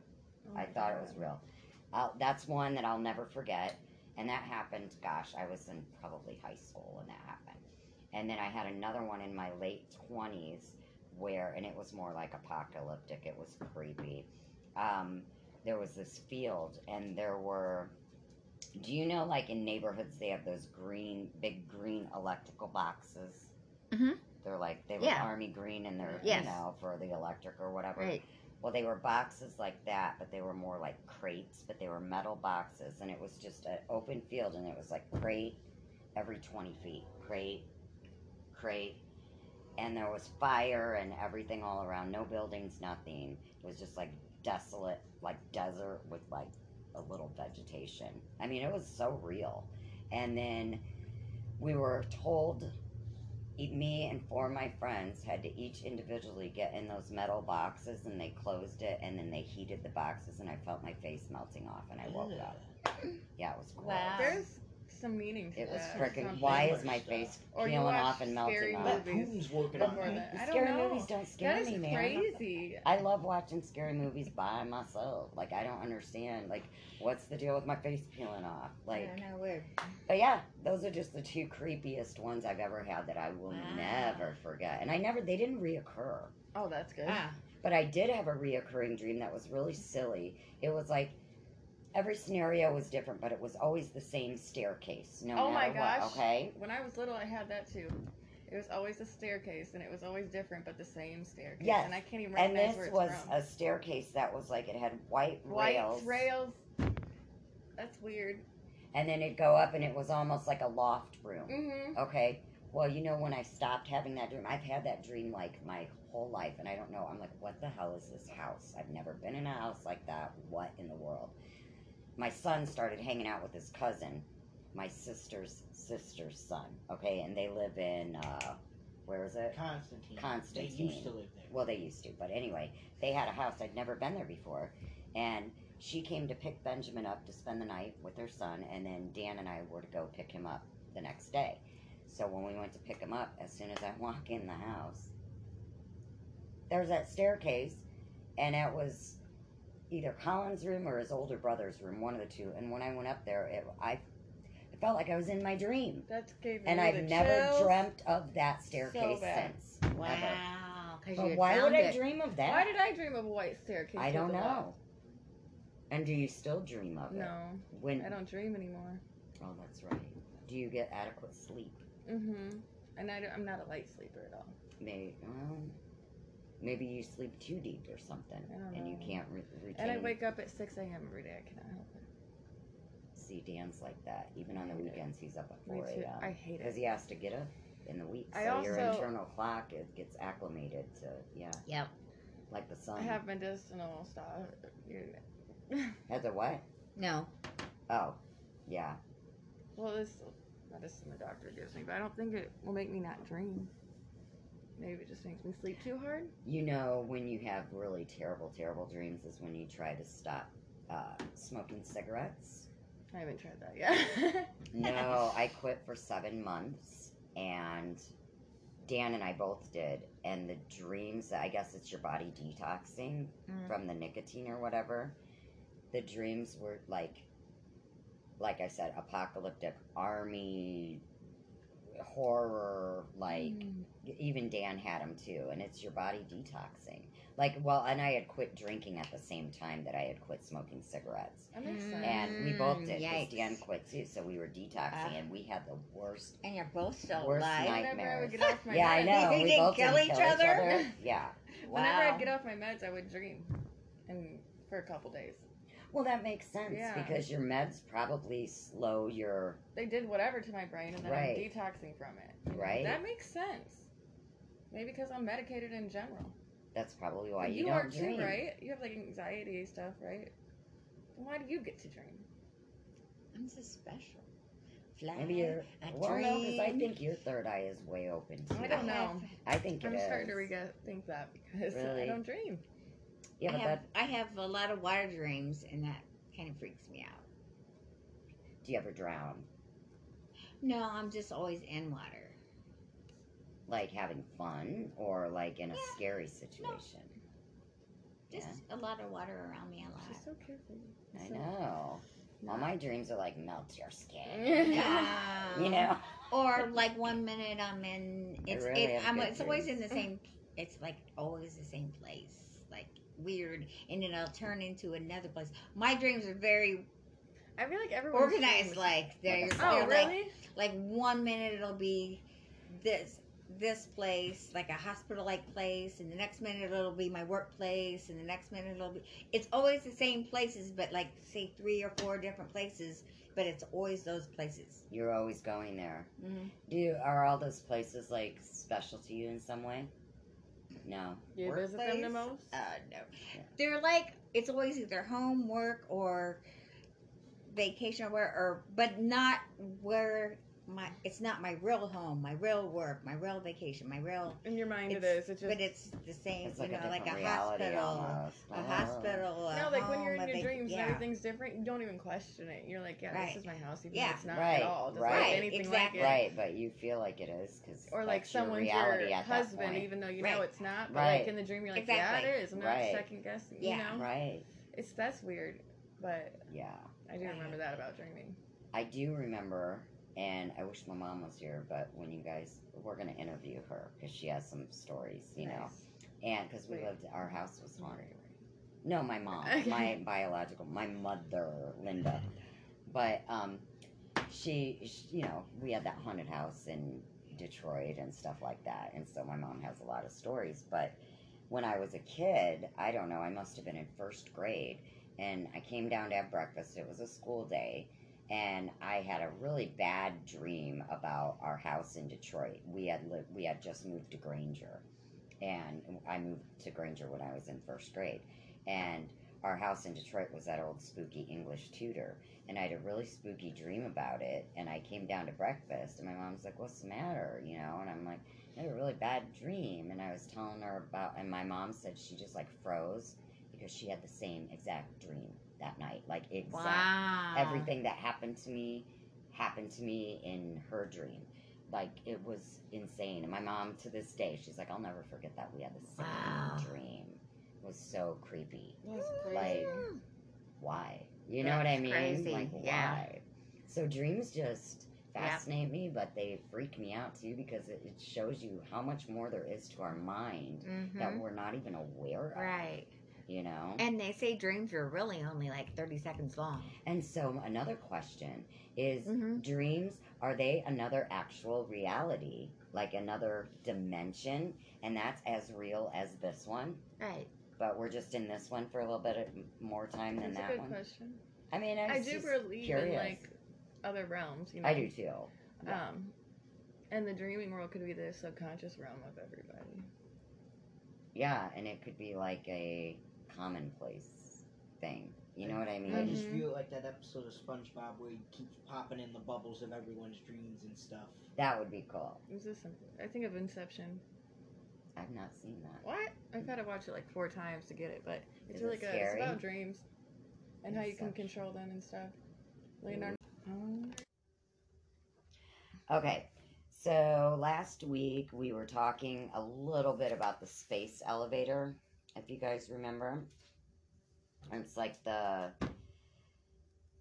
[SPEAKER 3] Oh
[SPEAKER 1] I
[SPEAKER 3] my
[SPEAKER 1] thought it
[SPEAKER 3] God.
[SPEAKER 1] was real." Uh, that's one that I'll never forget. And that happened, gosh, I was in probably high school when that happened. And then I had another one in my late 20s where, and it was more like apocalyptic, it was creepy. Um, there was this field, and there were, do you know, like in neighborhoods, they have those green, big green electrical boxes?
[SPEAKER 2] Mhm.
[SPEAKER 1] They're like, they were
[SPEAKER 2] Yeah.
[SPEAKER 1] army green and they're,
[SPEAKER 2] Yes.
[SPEAKER 1] you know, for the electric or whatever.
[SPEAKER 2] Right.
[SPEAKER 1] Well, they were boxes like that, but they were more like crates, but they were metal boxes, and it was just an open field, and it was like crate every 20 feet, crate, crate, and there was fire and everything all around, no buildings, nothing. It was just like desolate, like desert with like a little vegetation. I mean, it was so real. And then we were told e- me and four of my friends had to each individually get in those metal boxes and they closed it and then they heated the boxes and I felt my face melting off and I woke
[SPEAKER 4] Ugh.
[SPEAKER 1] up. Yeah, it was gross.
[SPEAKER 2] Wow.
[SPEAKER 3] There's some meaning to
[SPEAKER 1] It was
[SPEAKER 3] that. or
[SPEAKER 1] freaking.
[SPEAKER 3] something.
[SPEAKER 1] Why
[SPEAKER 4] Or
[SPEAKER 1] is my
[SPEAKER 4] stuff.
[SPEAKER 1] face
[SPEAKER 3] Or you
[SPEAKER 1] peeling
[SPEAKER 3] watch
[SPEAKER 1] off and melting
[SPEAKER 3] scary
[SPEAKER 1] off?
[SPEAKER 4] That
[SPEAKER 3] Movies
[SPEAKER 4] Putin's working
[SPEAKER 3] before
[SPEAKER 4] on me.
[SPEAKER 3] that. I don't
[SPEAKER 1] Scary
[SPEAKER 3] know.
[SPEAKER 1] movies don't scare
[SPEAKER 3] That
[SPEAKER 1] me,
[SPEAKER 3] is
[SPEAKER 1] man.
[SPEAKER 3] crazy.
[SPEAKER 1] I love watching scary movies by myself. Like I don't understand. Like what's the deal with my face peeling off?
[SPEAKER 2] I don't
[SPEAKER 1] Like,
[SPEAKER 2] know where.
[SPEAKER 1] but yeah, those are just the two creepiest ones I've ever had that I will
[SPEAKER 2] Wow.
[SPEAKER 1] never forget. And I never they didn't reoccur.
[SPEAKER 3] Oh, that's good.
[SPEAKER 2] Ah,
[SPEAKER 1] But I did have a reoccurring dream that was really silly. It was like every scenario was different, but it was always the same staircase. No
[SPEAKER 3] Oh my
[SPEAKER 1] matter
[SPEAKER 3] gosh.
[SPEAKER 1] what. Okay.
[SPEAKER 3] When I was little, I had that too. It was always a staircase, and it was always different, but the same staircase.
[SPEAKER 1] Yes,
[SPEAKER 3] And I can't even
[SPEAKER 1] And
[SPEAKER 3] recognize
[SPEAKER 1] this
[SPEAKER 3] where it's
[SPEAKER 1] was
[SPEAKER 3] from.
[SPEAKER 1] a staircase that was like it had white,
[SPEAKER 3] White
[SPEAKER 1] rails,
[SPEAKER 3] rails. That's weird.
[SPEAKER 1] and then it'd go up, and it was almost like a loft room.
[SPEAKER 3] Mm-hmm.
[SPEAKER 1] Okay. Well, you know, when I stopped having that dream, I've had that dream like my whole life, and I don't know. I'm like, what the hell is this house? I've never been in a house like that. What in the world? My son started hanging out with his cousin, my sister's sister's son. Okay, and they live in uh, where is it?
[SPEAKER 4] Constantine.
[SPEAKER 1] Constantine.
[SPEAKER 4] They used to live there.
[SPEAKER 1] Well, they used to, but anyway, they had a house. I'd never been there before. And she came to pick Benjamin up to spend the night with her son, and then Dan and I were to go pick him up the next day. So when we went to pick him up, as soon as I walk in the house, there's that staircase, and it was either Colin's room or his older brother's room, one of the two. And when I went up there, it, I, I felt like I was in my dream.
[SPEAKER 3] That gave me
[SPEAKER 1] And I've
[SPEAKER 3] the
[SPEAKER 1] never
[SPEAKER 3] chills.
[SPEAKER 1] dreamt of that staircase
[SPEAKER 3] bad.
[SPEAKER 1] since. Never.
[SPEAKER 2] Wow. 'cause you
[SPEAKER 1] But
[SPEAKER 2] had
[SPEAKER 1] why would
[SPEAKER 2] found
[SPEAKER 1] I
[SPEAKER 2] it.
[SPEAKER 1] dream of
[SPEAKER 3] Why
[SPEAKER 1] that?
[SPEAKER 3] did I dream of a white staircase?
[SPEAKER 1] I don't
[SPEAKER 3] with a
[SPEAKER 1] know. And do you still dream
[SPEAKER 3] lock?
[SPEAKER 1] of it?
[SPEAKER 3] No,
[SPEAKER 1] When?
[SPEAKER 3] I don't dream anymore.
[SPEAKER 1] Oh, that's right. Do you get adequate sleep?
[SPEAKER 3] Mm-hmm. And I am not a light sleeper at all.
[SPEAKER 1] Maybe. Well, maybe you sleep too deep or something,
[SPEAKER 3] I don't
[SPEAKER 1] and you
[SPEAKER 3] know.
[SPEAKER 1] can't re- retain.
[SPEAKER 3] And I wake up at 6 a.m. every day. I cannot help it.
[SPEAKER 1] See, Dan's like that. Even on the
[SPEAKER 3] Me too.
[SPEAKER 1] weekends, he's up at
[SPEAKER 3] Me
[SPEAKER 1] four
[SPEAKER 3] too. I
[SPEAKER 1] a.m.
[SPEAKER 3] hate
[SPEAKER 1] because
[SPEAKER 3] it.
[SPEAKER 1] he has to get up in the week. So
[SPEAKER 3] I
[SPEAKER 1] your
[SPEAKER 3] also-
[SPEAKER 1] internal clock it gets acclimated to yeah,
[SPEAKER 2] Yep.
[SPEAKER 1] like the sun.
[SPEAKER 3] I have medicinal stuff. You-
[SPEAKER 1] Has a what?
[SPEAKER 2] No.
[SPEAKER 1] Oh, yeah.
[SPEAKER 3] Well, this medicine the doctor gives me, but I don't think it will make me not dream. Maybe it just makes me sleep too hard.
[SPEAKER 1] You know, when you have really terrible, terrible dreams, is when you try to stop uh, smoking cigarettes.
[SPEAKER 3] I haven't tried that yet.
[SPEAKER 1] No, I quit for seven months, and Dan and I both did. And the dreams, I guess it's your body detoxing
[SPEAKER 2] Mm.
[SPEAKER 1] from the nicotine or whatever. The dreams were like, like I said, apocalyptic army horror. Like
[SPEAKER 2] Mm.
[SPEAKER 1] even Dan had them too, and it's your body detoxing. Like well, and I had quit drinking at the same time that I had quit smoking cigarettes
[SPEAKER 3] that makes sense.
[SPEAKER 1] and we both
[SPEAKER 2] Mm,
[SPEAKER 1] did. 'cause
[SPEAKER 2] yikes.
[SPEAKER 1] Dan quit too, so we were detoxing,
[SPEAKER 2] Ah.
[SPEAKER 1] and we had the worst.
[SPEAKER 2] And you're both still
[SPEAKER 1] Worst
[SPEAKER 2] alive.
[SPEAKER 1] night.
[SPEAKER 3] Whenever I
[SPEAKER 1] nightmares.
[SPEAKER 3] would get off my
[SPEAKER 1] yeah, I
[SPEAKER 3] meds,
[SPEAKER 1] know.
[SPEAKER 2] They
[SPEAKER 1] we
[SPEAKER 2] didn't
[SPEAKER 1] both
[SPEAKER 2] kill
[SPEAKER 1] didn't
[SPEAKER 2] each other?
[SPEAKER 1] Yeah.
[SPEAKER 3] Whenever
[SPEAKER 2] Wow.
[SPEAKER 3] I'd get off my meds, I would dream, and for a couple days.
[SPEAKER 1] Well, that makes sense
[SPEAKER 3] Yeah.
[SPEAKER 1] because your meds probably slow your.
[SPEAKER 3] They did whatever to my brain, and then
[SPEAKER 1] Right.
[SPEAKER 3] I'm detoxing from it. you know?
[SPEAKER 1] Right.
[SPEAKER 3] That makes sense. Maybe because I'm medicated in general.
[SPEAKER 1] That's probably why you,
[SPEAKER 3] you
[SPEAKER 1] don't
[SPEAKER 3] are
[SPEAKER 1] dream.
[SPEAKER 3] too, right? You have like anxiety stuff, right? Then why do you get to dream?
[SPEAKER 2] I'm so special. Fly.
[SPEAKER 1] Maybe you're.
[SPEAKER 2] a
[SPEAKER 1] well, no, because I
[SPEAKER 2] dream.
[SPEAKER 1] think your third eye is way open too.
[SPEAKER 3] I don't know.
[SPEAKER 1] I think it
[SPEAKER 3] I'm
[SPEAKER 1] is.
[SPEAKER 3] starting to rega- think that because
[SPEAKER 1] Really?
[SPEAKER 3] I don't dream.
[SPEAKER 1] Yeah,
[SPEAKER 2] I
[SPEAKER 1] but
[SPEAKER 2] have
[SPEAKER 1] that,
[SPEAKER 2] I have a lot of water dreams, and that kind of freaks me out.
[SPEAKER 1] do you ever drown?
[SPEAKER 2] No, I'm just always in water.
[SPEAKER 1] Like having fun or like in a
[SPEAKER 2] Yeah.
[SPEAKER 1] scary situation?
[SPEAKER 2] Just a lot of water around me a lot. Um,
[SPEAKER 3] She's so careful.
[SPEAKER 1] I
[SPEAKER 3] So-
[SPEAKER 1] know. All my dreams are like melt your skin.
[SPEAKER 2] Um,
[SPEAKER 1] you know.
[SPEAKER 2] Or like one minute I'm in it's
[SPEAKER 1] really
[SPEAKER 2] it,
[SPEAKER 1] have
[SPEAKER 2] I'm,
[SPEAKER 1] good
[SPEAKER 2] it's always in the
[SPEAKER 1] dreams.
[SPEAKER 2] same it's like always the same place. Like weird and then I'll turn into another place. My dreams are very
[SPEAKER 3] I feel like everyone
[SPEAKER 2] organized like they're,
[SPEAKER 1] Like a
[SPEAKER 3] Oh
[SPEAKER 2] they're
[SPEAKER 1] song.
[SPEAKER 2] like
[SPEAKER 3] really?
[SPEAKER 2] like one minute it'll be this this place like a hospital like place and the next minute it'll be my workplace and the next minute it'll be it's always the same places but like say three or four different places but it's always those places
[SPEAKER 1] You're always going there.
[SPEAKER 2] mm-hmm.
[SPEAKER 1] Do you, are all those places like special to you in some way? No.
[SPEAKER 3] you visit them the
[SPEAKER 2] workplace?
[SPEAKER 3] most.
[SPEAKER 2] uh no they're like it's always either home work or vacation or where or but not where my it's not my real home my real work my real vacation my real
[SPEAKER 3] In your mind, it
[SPEAKER 2] It's-
[SPEAKER 3] is. It's just
[SPEAKER 2] but it's the same,
[SPEAKER 1] It's like
[SPEAKER 2] you know,
[SPEAKER 1] a
[SPEAKER 2] like a
[SPEAKER 1] different reality
[SPEAKER 2] hospital,
[SPEAKER 1] almost. Oh.
[SPEAKER 2] a hospital. A
[SPEAKER 3] Oh. no, like when you're in
[SPEAKER 2] home, a
[SPEAKER 3] your
[SPEAKER 2] vac-
[SPEAKER 3] dreams, and
[SPEAKER 2] yeah.
[SPEAKER 3] everything's different. You don't even question it. You're like, yeah,
[SPEAKER 2] Right.
[SPEAKER 3] this is my house, even
[SPEAKER 2] Yeah.
[SPEAKER 3] if it's not
[SPEAKER 1] Right,
[SPEAKER 3] at all. It doesn't
[SPEAKER 1] right,
[SPEAKER 3] look anything
[SPEAKER 2] exactly.
[SPEAKER 3] like it.
[SPEAKER 1] Right, but you feel like it is because
[SPEAKER 3] Or like
[SPEAKER 1] your
[SPEAKER 3] someone's
[SPEAKER 1] reality
[SPEAKER 3] your
[SPEAKER 1] at that
[SPEAKER 3] husband,
[SPEAKER 1] point.
[SPEAKER 3] even though you know
[SPEAKER 2] Right.
[SPEAKER 3] it's not. But
[SPEAKER 1] Right.
[SPEAKER 3] like in the dream, you're like,
[SPEAKER 2] Exactly.
[SPEAKER 3] yeah, it is. I'm not
[SPEAKER 1] Right.
[SPEAKER 3] second guessing.
[SPEAKER 2] Yeah.
[SPEAKER 3] You know,
[SPEAKER 1] Right.
[SPEAKER 3] it's that's weird. But
[SPEAKER 1] Yeah.
[SPEAKER 3] I do
[SPEAKER 2] Right.
[SPEAKER 3] remember that about dreaming.
[SPEAKER 1] I do remember, and I wish my mom was here, but when you guys, we're gonna interview her because she has some stories, you know,
[SPEAKER 3] Nice. Mm-hmm.
[SPEAKER 1] and because we
[SPEAKER 3] Wait.
[SPEAKER 1] lived, our house was haunted.
[SPEAKER 3] Right, right.
[SPEAKER 1] No, my mom,
[SPEAKER 3] Okay.
[SPEAKER 1] my biological, my mother, Linda. But um, she, sh you know, we had that haunted house in Detroit and stuff like that, and so my mom has a lot of stories. But when I was a kid, I don't know, I must have been in first grade, and I came down to have breakfast. It was a school day. And I had a really bad dream about our house in Detroit. We had lived, we had just moved to Granger, and I moved to Granger when I was in first grade. And our house in Detroit was that old spooky English Tudor. And I had a really spooky dream about it. And I came down to breakfast, and my mom's like, What's the matter? You know, and I'm like, I had a really bad dream. And I was telling her about, and my mom said she just like froze because she had the same exact dream that night. Like, exact
[SPEAKER 2] Wow.
[SPEAKER 1] everything that happened to me happened to me in her dream. Like it was insane. And my mom to this day, she's like, I'll never forget that we had the same
[SPEAKER 2] Wow.
[SPEAKER 1] dream. It was so creepy.
[SPEAKER 3] That's
[SPEAKER 1] Like
[SPEAKER 3] crazy.
[SPEAKER 1] why? You know what I
[SPEAKER 2] That's
[SPEAKER 1] mean?
[SPEAKER 2] crazy,
[SPEAKER 1] Like
[SPEAKER 2] yeah.
[SPEAKER 1] why? So dreams just
[SPEAKER 2] Yeah.
[SPEAKER 1] fascinate me, but they freak me out too because it, it shows you how much more there is to our mind that
[SPEAKER 2] Mm-hmm.
[SPEAKER 1] we're not even aware of.
[SPEAKER 2] Right.
[SPEAKER 1] You know?
[SPEAKER 2] And they say dreams are really only like 30 seconds long.
[SPEAKER 1] And so another question is
[SPEAKER 2] Mm-hmm.
[SPEAKER 1] dreams are they another actual reality? Like another dimension and that's as real as this one?
[SPEAKER 2] Right.
[SPEAKER 1] But we're just in this one for a little bit of- more time than
[SPEAKER 3] That's a
[SPEAKER 1] that
[SPEAKER 3] good
[SPEAKER 1] one.
[SPEAKER 3] question.
[SPEAKER 1] I mean, I,
[SPEAKER 3] I
[SPEAKER 1] was
[SPEAKER 3] do
[SPEAKER 1] just
[SPEAKER 3] believe
[SPEAKER 1] curious.
[SPEAKER 3] in like other realms. You know?
[SPEAKER 1] I do too. yeah.
[SPEAKER 3] Um, and the dreaming world could be the subconscious realm of everybody.
[SPEAKER 1] Yeah, and it could be like a commonplace thing. You know what I
[SPEAKER 4] I
[SPEAKER 1] mean?
[SPEAKER 4] just
[SPEAKER 3] Mhm.
[SPEAKER 4] feel like that episode of SpongeBob where he keeps popping in the bubbles of everyone's dreams and stuff.
[SPEAKER 1] That would be cool.
[SPEAKER 3] Is this something? I think of Inception.
[SPEAKER 1] I've not seen that.
[SPEAKER 3] What? I've had to watch it like four times to get it, but it's
[SPEAKER 1] Is it
[SPEAKER 3] really good.
[SPEAKER 1] scary?
[SPEAKER 3] It's about dreams and how you can
[SPEAKER 1] Inception.
[SPEAKER 3] control them and stuff. Leonardo. Um,
[SPEAKER 1] Okay, so last week we were talking a little bit about the space elevator, if you guys remember. It's like the.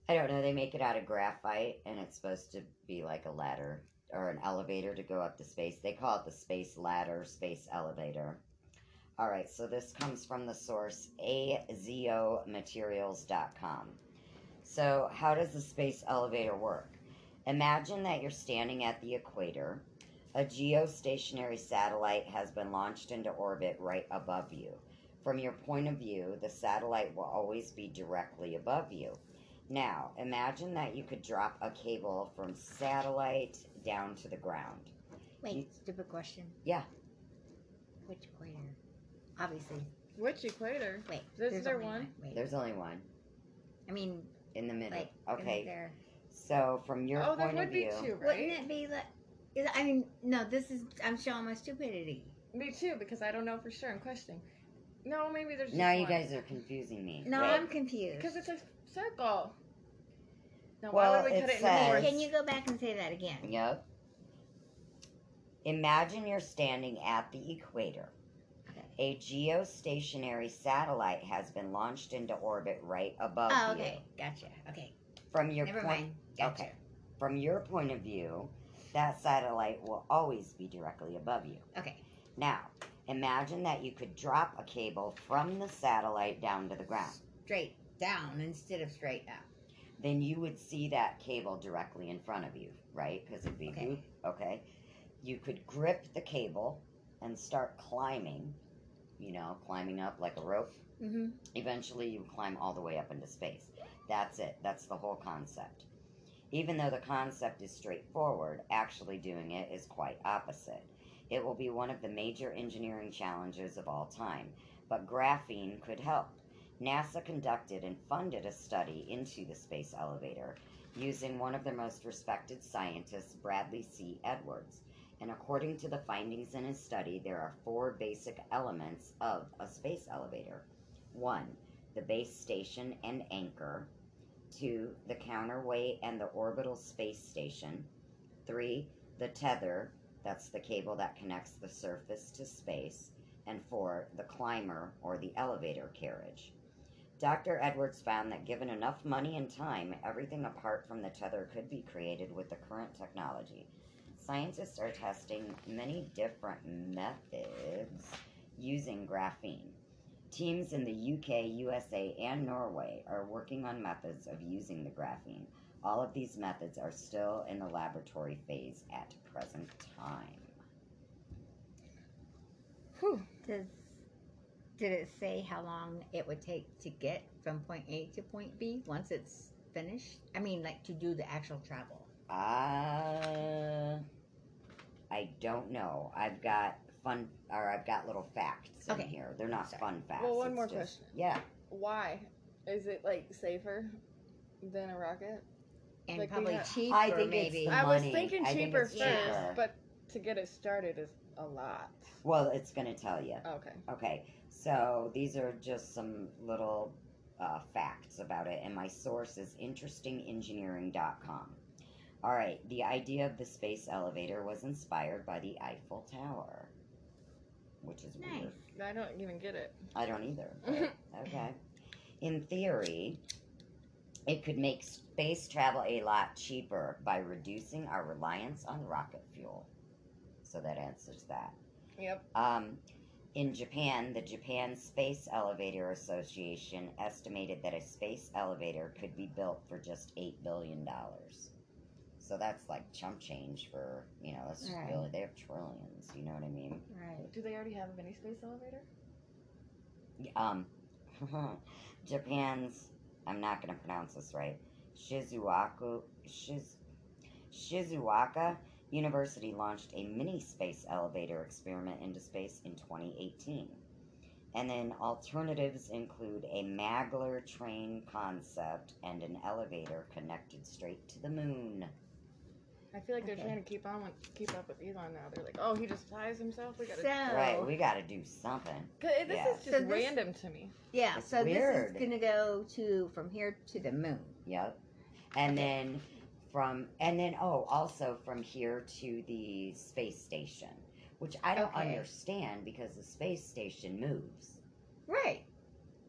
[SPEAKER 1] I don't know, they make it out of graphite and it's supposed to be like a ladder or an elevator to go up to space. They call it the space ladder, space elevator. All right, so this comes from the source azomaterials.com. So, how does the space elevator work? Imagine that you're standing at the equator. A geostationary satellite has been launched into orbit right above you. From your point of view, the satellite will always be directly above you. Now, imagine that you could drop a cable from satellite down to the ground.
[SPEAKER 2] Wait,
[SPEAKER 1] You-
[SPEAKER 2] stupid question.
[SPEAKER 1] Yeah.
[SPEAKER 2] Which equator? Obviously.
[SPEAKER 3] which equator?
[SPEAKER 2] Wait.
[SPEAKER 3] Is
[SPEAKER 2] there's
[SPEAKER 3] there
[SPEAKER 2] only
[SPEAKER 3] one?
[SPEAKER 2] Wait.
[SPEAKER 1] There's only one
[SPEAKER 2] I mean,
[SPEAKER 1] in the middle.
[SPEAKER 2] like, okay.
[SPEAKER 1] okay, so from your
[SPEAKER 3] oh, there
[SPEAKER 1] point
[SPEAKER 3] would
[SPEAKER 1] of view,
[SPEAKER 3] be two,
[SPEAKER 2] Wouldn't
[SPEAKER 3] right?
[SPEAKER 2] it be like? Is, I mean, no. This is. I'm showing my stupidity.
[SPEAKER 3] Me too, because I don't know for sure. I'm questioning. No, maybe there's.
[SPEAKER 1] now
[SPEAKER 3] just
[SPEAKER 1] you
[SPEAKER 3] one.
[SPEAKER 1] guys are confusing me.
[SPEAKER 2] No,
[SPEAKER 1] Wait.
[SPEAKER 2] I'm confused.
[SPEAKER 3] Because it's a circle. Now,
[SPEAKER 1] Well,
[SPEAKER 3] why would we
[SPEAKER 1] it
[SPEAKER 3] cut it
[SPEAKER 1] says-
[SPEAKER 3] in
[SPEAKER 2] Wait,
[SPEAKER 3] fourths?
[SPEAKER 2] can you go back and say that again?
[SPEAKER 1] Yep. Imagine you're standing at the equator.
[SPEAKER 2] Okay.
[SPEAKER 1] A geostationary satellite has been launched into orbit right above
[SPEAKER 2] Oh, okay.
[SPEAKER 1] you.
[SPEAKER 2] Gotcha. Okay.
[SPEAKER 1] From your
[SPEAKER 2] Never
[SPEAKER 1] point,
[SPEAKER 2] mind. Gotcha.
[SPEAKER 1] Okay. from your point of view, that satellite will always be directly above you.
[SPEAKER 2] Okay.
[SPEAKER 1] Now, imagine that you could drop a cable from the satellite down to the ground.
[SPEAKER 2] Straight down instead of straight up.
[SPEAKER 1] then you would see that cable directly in front of you, right? Because it'd be
[SPEAKER 2] Okay.
[SPEAKER 1] loop, okay? You could grip the cable and start climbing, you know, climbing up like a rope.
[SPEAKER 2] Mm-hmm.
[SPEAKER 1] Eventually, you climb all the way up into space. That's it, that's the whole concept. Even though the concept is straightforward, actually doing it is quite opposite. It will be one of the major engineering challenges of all time, but graphene could help. NASA conducted and funded a study into the space elevator using one of their most respected scientists, Bradley C. Edwards. And according to the findings in his study, there are four basic elements of a space elevator one, the base station and anchor, two, the counterweight and the orbital space station, three, the tether, that's the cable that connects the surface to space, and four, the climber or the elevator carriage. Dr. Edwards found that given enough money and time, everything apart from the tether could be created with the current technology. Scientists are testing many different methods using graphene. Teams in the UK, USA, and Norway are working on methods of using the graphene. All of these methods are still in the laboratory phase at present time.
[SPEAKER 2] Whew. Does did it say how long it would take to get from point A to point B once it's finished? I mean, like to do the actual travel.
[SPEAKER 1] Uh, I don't know. I've got fun, or I've got little facts
[SPEAKER 2] Okay.
[SPEAKER 1] in here. They're not
[SPEAKER 2] Sorry.
[SPEAKER 1] fun facts.
[SPEAKER 3] Well, one
[SPEAKER 1] it's
[SPEAKER 3] more
[SPEAKER 1] just-
[SPEAKER 3] question.
[SPEAKER 1] Yeah,
[SPEAKER 3] Why? Is it like safer than a rocket?
[SPEAKER 2] And
[SPEAKER 3] Like we
[SPEAKER 2] probably
[SPEAKER 3] have-
[SPEAKER 2] cheaper,
[SPEAKER 1] I think it's
[SPEAKER 2] maybe.
[SPEAKER 1] the
[SPEAKER 3] I was
[SPEAKER 1] money.
[SPEAKER 3] thinking
[SPEAKER 1] I think
[SPEAKER 3] cheaper
[SPEAKER 1] it's
[SPEAKER 3] first,
[SPEAKER 1] cheaper.
[SPEAKER 3] but to get it started is a lot.
[SPEAKER 1] well, it's going to tell you.
[SPEAKER 3] Okay.
[SPEAKER 1] Okay, so these are just some little uh, facts about it, and my source is interestingengineering.com. All right, the idea of the space elevator was inspired by the Eiffel Tower, which is weird.
[SPEAKER 2] Nice.
[SPEAKER 3] I don't even get it.
[SPEAKER 1] I don't either. but okay. In theory, It could make space travel a lot cheaper by reducing our reliance on rocket fuel. So that answers that.
[SPEAKER 3] Yep.
[SPEAKER 1] Um, in Japan, the Japan Space Elevator Association estimated that a space elevator could be built for just eight billion dollars. So that's like chump change for you know that's just
[SPEAKER 2] Right.
[SPEAKER 1] billion- they have trillions. You know what I mean?
[SPEAKER 2] Right.
[SPEAKER 3] Do they already have a mini space elevator?
[SPEAKER 1] Um, Japan's I'm not gonna pronounce this right. Shizuoka Shiz, Shizuoka University launched a mini space elevator experiment into space in 2018. And then alternatives include a Maglev train concept and an elevator connected straight to the moon.
[SPEAKER 3] I feel like they're
[SPEAKER 2] Okay.
[SPEAKER 3] trying to keep on with, keep up with Elon now. They're like, oh, he just flies himself. We gotta.
[SPEAKER 2] So
[SPEAKER 1] Right, we gotta do something.
[SPEAKER 3] 'Cause this
[SPEAKER 1] yeah.
[SPEAKER 3] is
[SPEAKER 2] So
[SPEAKER 3] just
[SPEAKER 2] this-
[SPEAKER 3] random to me.
[SPEAKER 2] yeah,
[SPEAKER 1] It's
[SPEAKER 2] so this
[SPEAKER 1] weird.
[SPEAKER 2] is gonna go to from here to the moon.
[SPEAKER 1] Yep. And then from and then oh, also from here to the space station, which I don't
[SPEAKER 2] Okay.
[SPEAKER 1] understand because the space station moves.
[SPEAKER 2] Right.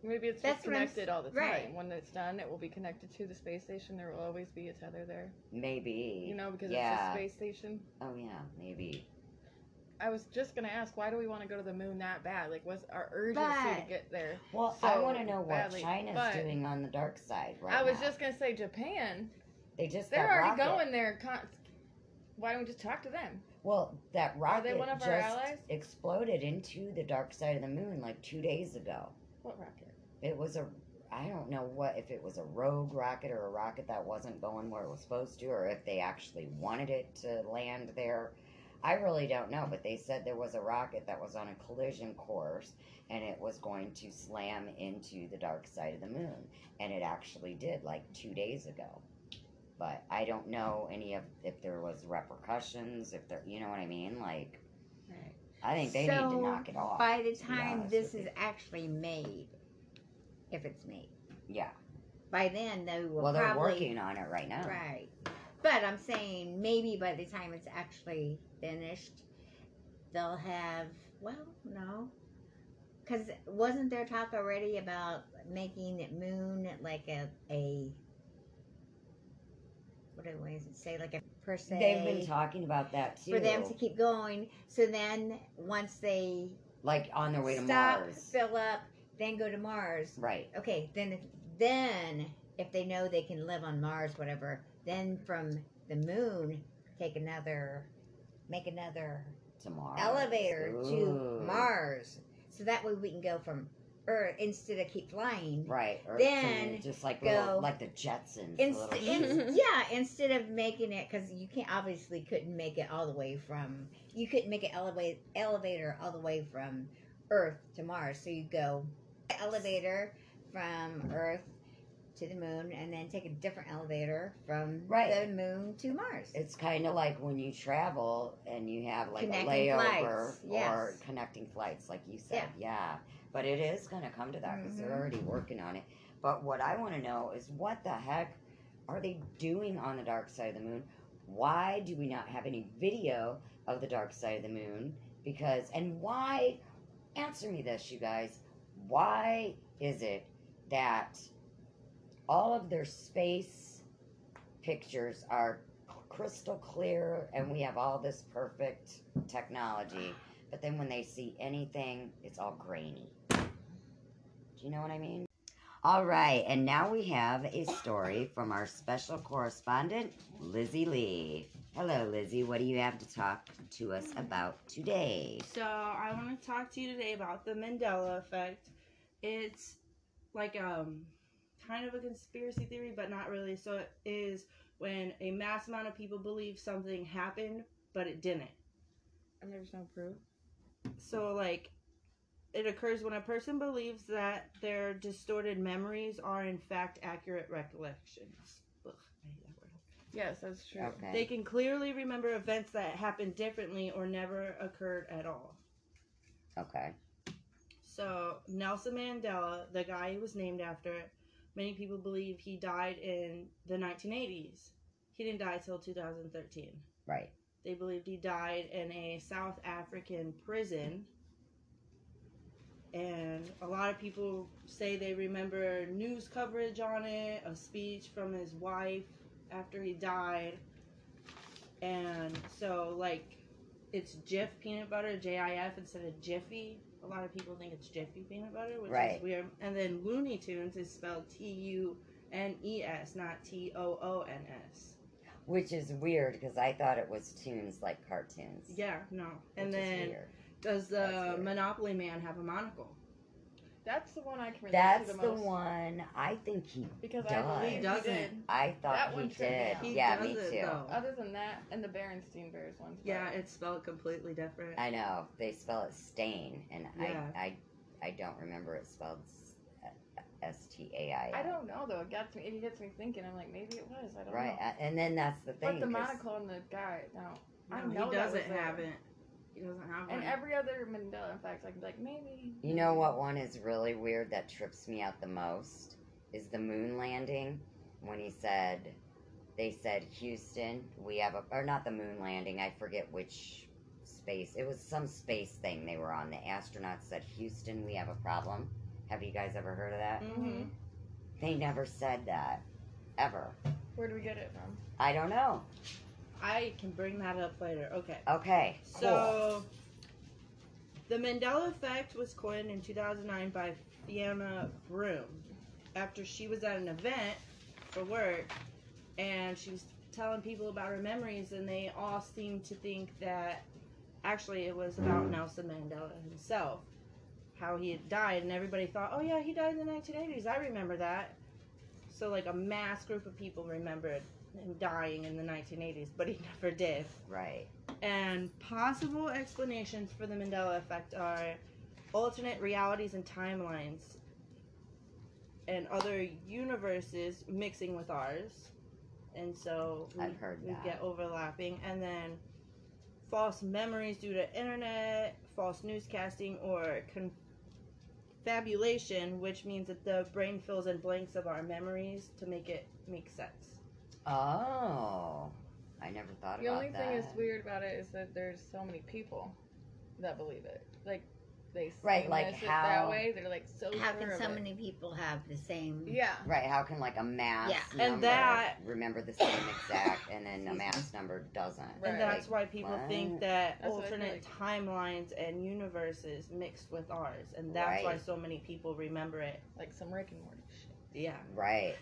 [SPEAKER 3] Maybe it's
[SPEAKER 2] That's
[SPEAKER 3] just
[SPEAKER 2] what I'm s-
[SPEAKER 3] connected all the time.
[SPEAKER 2] right.
[SPEAKER 3] When it's done, it will be connected to the space station. There will always be a tether there.
[SPEAKER 1] Maybe.
[SPEAKER 3] You know, because
[SPEAKER 1] yeah.
[SPEAKER 3] it's a space station.
[SPEAKER 1] Oh yeah, maybe.
[SPEAKER 3] I was just gonna ask, why do we want to go to the moon that bad? Like, what's our urgency to
[SPEAKER 2] But-
[SPEAKER 3] get there?
[SPEAKER 1] Well, I
[SPEAKER 3] So
[SPEAKER 1] want to know what
[SPEAKER 3] badly,
[SPEAKER 1] China's
[SPEAKER 3] but-
[SPEAKER 1] doing on the dark side right
[SPEAKER 3] I was
[SPEAKER 1] now.
[SPEAKER 3] just gonna say Japan.
[SPEAKER 1] they just
[SPEAKER 3] They're
[SPEAKER 1] that
[SPEAKER 3] already
[SPEAKER 1] rocket-
[SPEAKER 3] going there. Con- why don't we just talk to them?
[SPEAKER 1] Well, that
[SPEAKER 3] Are
[SPEAKER 1] rocket
[SPEAKER 3] they one of
[SPEAKER 1] just
[SPEAKER 3] our allies?
[SPEAKER 1] exploded into the dark side of the moon like two days ago.
[SPEAKER 3] What rocket?
[SPEAKER 1] It was a I don't know what if it was a rogue rocket or a rocket that wasn't going where it was supposed to, or if they actually wanted it to land there. I really don't know, but they said there was a rocket that was on a collision course and it was going to slam into the dark side of the moon. And it actually did like two days ago. But I don't know any of if there was repercussions, if there you know what I mean? Like
[SPEAKER 2] Right.
[SPEAKER 1] I think they need
[SPEAKER 2] So,
[SPEAKER 1] to knock it off.
[SPEAKER 2] By the
[SPEAKER 1] be
[SPEAKER 2] time
[SPEAKER 1] honest
[SPEAKER 2] this
[SPEAKER 1] with
[SPEAKER 2] is
[SPEAKER 1] you.
[SPEAKER 2] actually made, if it's made,
[SPEAKER 1] yeah.
[SPEAKER 2] by then they will
[SPEAKER 1] Well, they're
[SPEAKER 2] probably
[SPEAKER 1] working on it right now.
[SPEAKER 2] Right. But I'm saying maybe by the time it's actually finished, they'll have, well, no. Because wasn't there talk already about making it moon like a, a what do I say, like a per se?
[SPEAKER 1] They've been talking about that too.
[SPEAKER 2] for them to keep going. So then once they
[SPEAKER 1] like on their way to
[SPEAKER 2] stop,
[SPEAKER 1] Mars.
[SPEAKER 2] fill up, then go to Mars,
[SPEAKER 1] Right.
[SPEAKER 2] okay, then then if they know they can live on Mars, whatever, then from the moon take another, make another
[SPEAKER 1] To Mars.
[SPEAKER 2] elevator
[SPEAKER 1] Ooh.
[SPEAKER 2] to Mars, so that way we can go from Earth instead of keep flying.
[SPEAKER 1] Right. Or
[SPEAKER 2] Then
[SPEAKER 1] to just like
[SPEAKER 2] go-
[SPEAKER 1] little, like the Jetsons. the
[SPEAKER 2] Inst-
[SPEAKER 1] little-
[SPEAKER 2] in- yeah, instead of making it because you can't obviously couldn't make it all the way from you couldn't make an elevate elevator all the way from Earth to Mars. So you go elevator from Earth to the moon, and then take a different elevator from
[SPEAKER 1] Right.
[SPEAKER 2] the moon to Mars.
[SPEAKER 1] it's kind of like when you travel and you have like
[SPEAKER 2] Connecting
[SPEAKER 1] a layover
[SPEAKER 2] flights,
[SPEAKER 1] or
[SPEAKER 2] yes.
[SPEAKER 1] connecting flights, like you said. Yeah. But it is going to come to that because
[SPEAKER 2] Mm-hmm.
[SPEAKER 1] they're already working on it. But what I want to know is what the heck are they doing on the dark side of the moon? Why do we not have any video of the dark side of the moon? Because, and why, answer me this, you guys, why is it that all of their space pictures are crystal clear and we have all this perfect technology, but then when they see anything, it's all grainy? Do you know what I mean? All right, and now we have a story from our special correspondent, Lizzie Lee. Hello, Lizzie. What do you have to talk to us about today?
[SPEAKER 5] So I want to talk to you today about the Mandela effect. It's like um kind of a conspiracy theory, but not really. So it is when a mass amount of people believe something happened, but it didn't.
[SPEAKER 3] And there's no proof.
[SPEAKER 5] So like it occurs when a person believes that their distorted memories are in fact accurate recollections. Ugh, I hate that word.
[SPEAKER 3] Yes, that's true.
[SPEAKER 1] Okay.
[SPEAKER 5] They can clearly remember events that happened differently or never occurred at all.
[SPEAKER 1] okay.
[SPEAKER 5] So Nelson Mandela, the guy he was named after, many people believe he died in the 1980s. He didn't die till 2013.
[SPEAKER 1] Right.
[SPEAKER 5] They believed he died in a South African prison. and a lot of people say they remember news coverage on it, a speech from his wife after he died, and so like it's Jif peanut butter, J I F instead of Jiffy. A lot of people think it's Jiffy peanut butter, which
[SPEAKER 1] Right.
[SPEAKER 5] is weird. And then Looney Tunes is spelled T U N E S, not T O O N S.
[SPEAKER 1] Which is weird because I thought it was tunes like cartoons.
[SPEAKER 5] Yeah, no. And
[SPEAKER 1] which is
[SPEAKER 5] then
[SPEAKER 1] weird.
[SPEAKER 5] does
[SPEAKER 1] That's
[SPEAKER 5] the
[SPEAKER 1] weird.
[SPEAKER 5] Monopoly Man have a monocle?
[SPEAKER 3] That's the one I can relate
[SPEAKER 1] that's
[SPEAKER 3] to the,
[SPEAKER 1] the
[SPEAKER 3] most.
[SPEAKER 1] one I think he.
[SPEAKER 3] Because
[SPEAKER 1] Does.
[SPEAKER 3] I believe
[SPEAKER 1] He
[SPEAKER 3] he
[SPEAKER 5] doesn't.
[SPEAKER 3] did.
[SPEAKER 1] I thought
[SPEAKER 3] That
[SPEAKER 1] he
[SPEAKER 3] one tripped me
[SPEAKER 1] did.
[SPEAKER 3] out.
[SPEAKER 5] He
[SPEAKER 1] Yeah,
[SPEAKER 5] does
[SPEAKER 1] me
[SPEAKER 5] it,
[SPEAKER 1] too.
[SPEAKER 5] though.
[SPEAKER 3] Other than that, and the Berenstein Bears ones. but-
[SPEAKER 5] Yeah, it's spelled completely different.
[SPEAKER 1] I know they spell it stain, and
[SPEAKER 5] Yeah.
[SPEAKER 1] I, I, I don't remember it spelled uh, S T A I. N.
[SPEAKER 3] I don't know though. It gets me. It gets me thinking. I'm like, maybe it was. I don't
[SPEAKER 1] Right,
[SPEAKER 3] know.
[SPEAKER 1] uh, and then that's the thing.
[SPEAKER 3] But the
[SPEAKER 1] 'cause-
[SPEAKER 3] monocle and the guy. No, I
[SPEAKER 5] No,
[SPEAKER 3] know
[SPEAKER 5] he
[SPEAKER 3] that
[SPEAKER 5] doesn't
[SPEAKER 3] was
[SPEAKER 5] have
[SPEAKER 3] there.
[SPEAKER 5] it. He doesn't have one.
[SPEAKER 3] and every other Mandela effect. Like, like maybe.
[SPEAKER 1] You know what one is really weird that trips me out the most is the moon landing when he said they said Houston, we have a or not the moon landing, I forget which space. It was some space thing they were on. The astronauts said Houston, we have a problem. Have you guys ever heard of
[SPEAKER 3] Mm.
[SPEAKER 1] that?
[SPEAKER 3] Mm-hmm.
[SPEAKER 5] hmm
[SPEAKER 1] They never said that ever.
[SPEAKER 3] Where do we get it from?
[SPEAKER 1] I don't know.
[SPEAKER 5] I can bring that up later. Okay.
[SPEAKER 1] Okay. cool.
[SPEAKER 5] So, the Mandela effect was coined in 2009 by Fiona Broom after she was at an event for work and she was telling people about her memories, and they all seemed to think that actually it was about Nelson Mandela himself, how he had died, and everybody thought, oh yeah, he died in the 1980s. I remember that. So, like, a mass group of people remembered him dying in the 1980s, but he never did.
[SPEAKER 1] right.
[SPEAKER 5] And possible explanations for the Mandela effect are alternate realities and timelines, and other universes mixing with ours. And so we,
[SPEAKER 1] I've heard
[SPEAKER 5] we
[SPEAKER 1] that.
[SPEAKER 5] get overlapping. And then false memories due to internet, false newscasting, or confabulation, which means that the brain fills in blanks of our memories to make it make sense.
[SPEAKER 1] Oh. I never thought
[SPEAKER 3] The
[SPEAKER 1] about
[SPEAKER 3] only
[SPEAKER 1] that.
[SPEAKER 3] thing that's weird about it is that there's so many people that believe it. Like they
[SPEAKER 1] Right,
[SPEAKER 3] sing
[SPEAKER 1] like
[SPEAKER 3] this it
[SPEAKER 1] how-
[SPEAKER 3] that way. They're like so
[SPEAKER 2] How
[SPEAKER 3] sure
[SPEAKER 2] can
[SPEAKER 3] of
[SPEAKER 2] so
[SPEAKER 3] it.
[SPEAKER 2] many people have the same?
[SPEAKER 3] Yeah.
[SPEAKER 1] Right, how can like a mass
[SPEAKER 2] Yeah.
[SPEAKER 1] number
[SPEAKER 5] And that-
[SPEAKER 1] remember the same exact and then a
[SPEAKER 5] Excuse me.
[SPEAKER 1] mass number doesn't?
[SPEAKER 3] Right.
[SPEAKER 5] And that's why people
[SPEAKER 1] what?
[SPEAKER 5] think that
[SPEAKER 3] That's what I feel
[SPEAKER 5] alternate timelines and universes mixed with ours. And that's why
[SPEAKER 1] Right.
[SPEAKER 5] so many people remember it.
[SPEAKER 3] Like some Rick and Morty shit.
[SPEAKER 5] Yeah.
[SPEAKER 1] Right.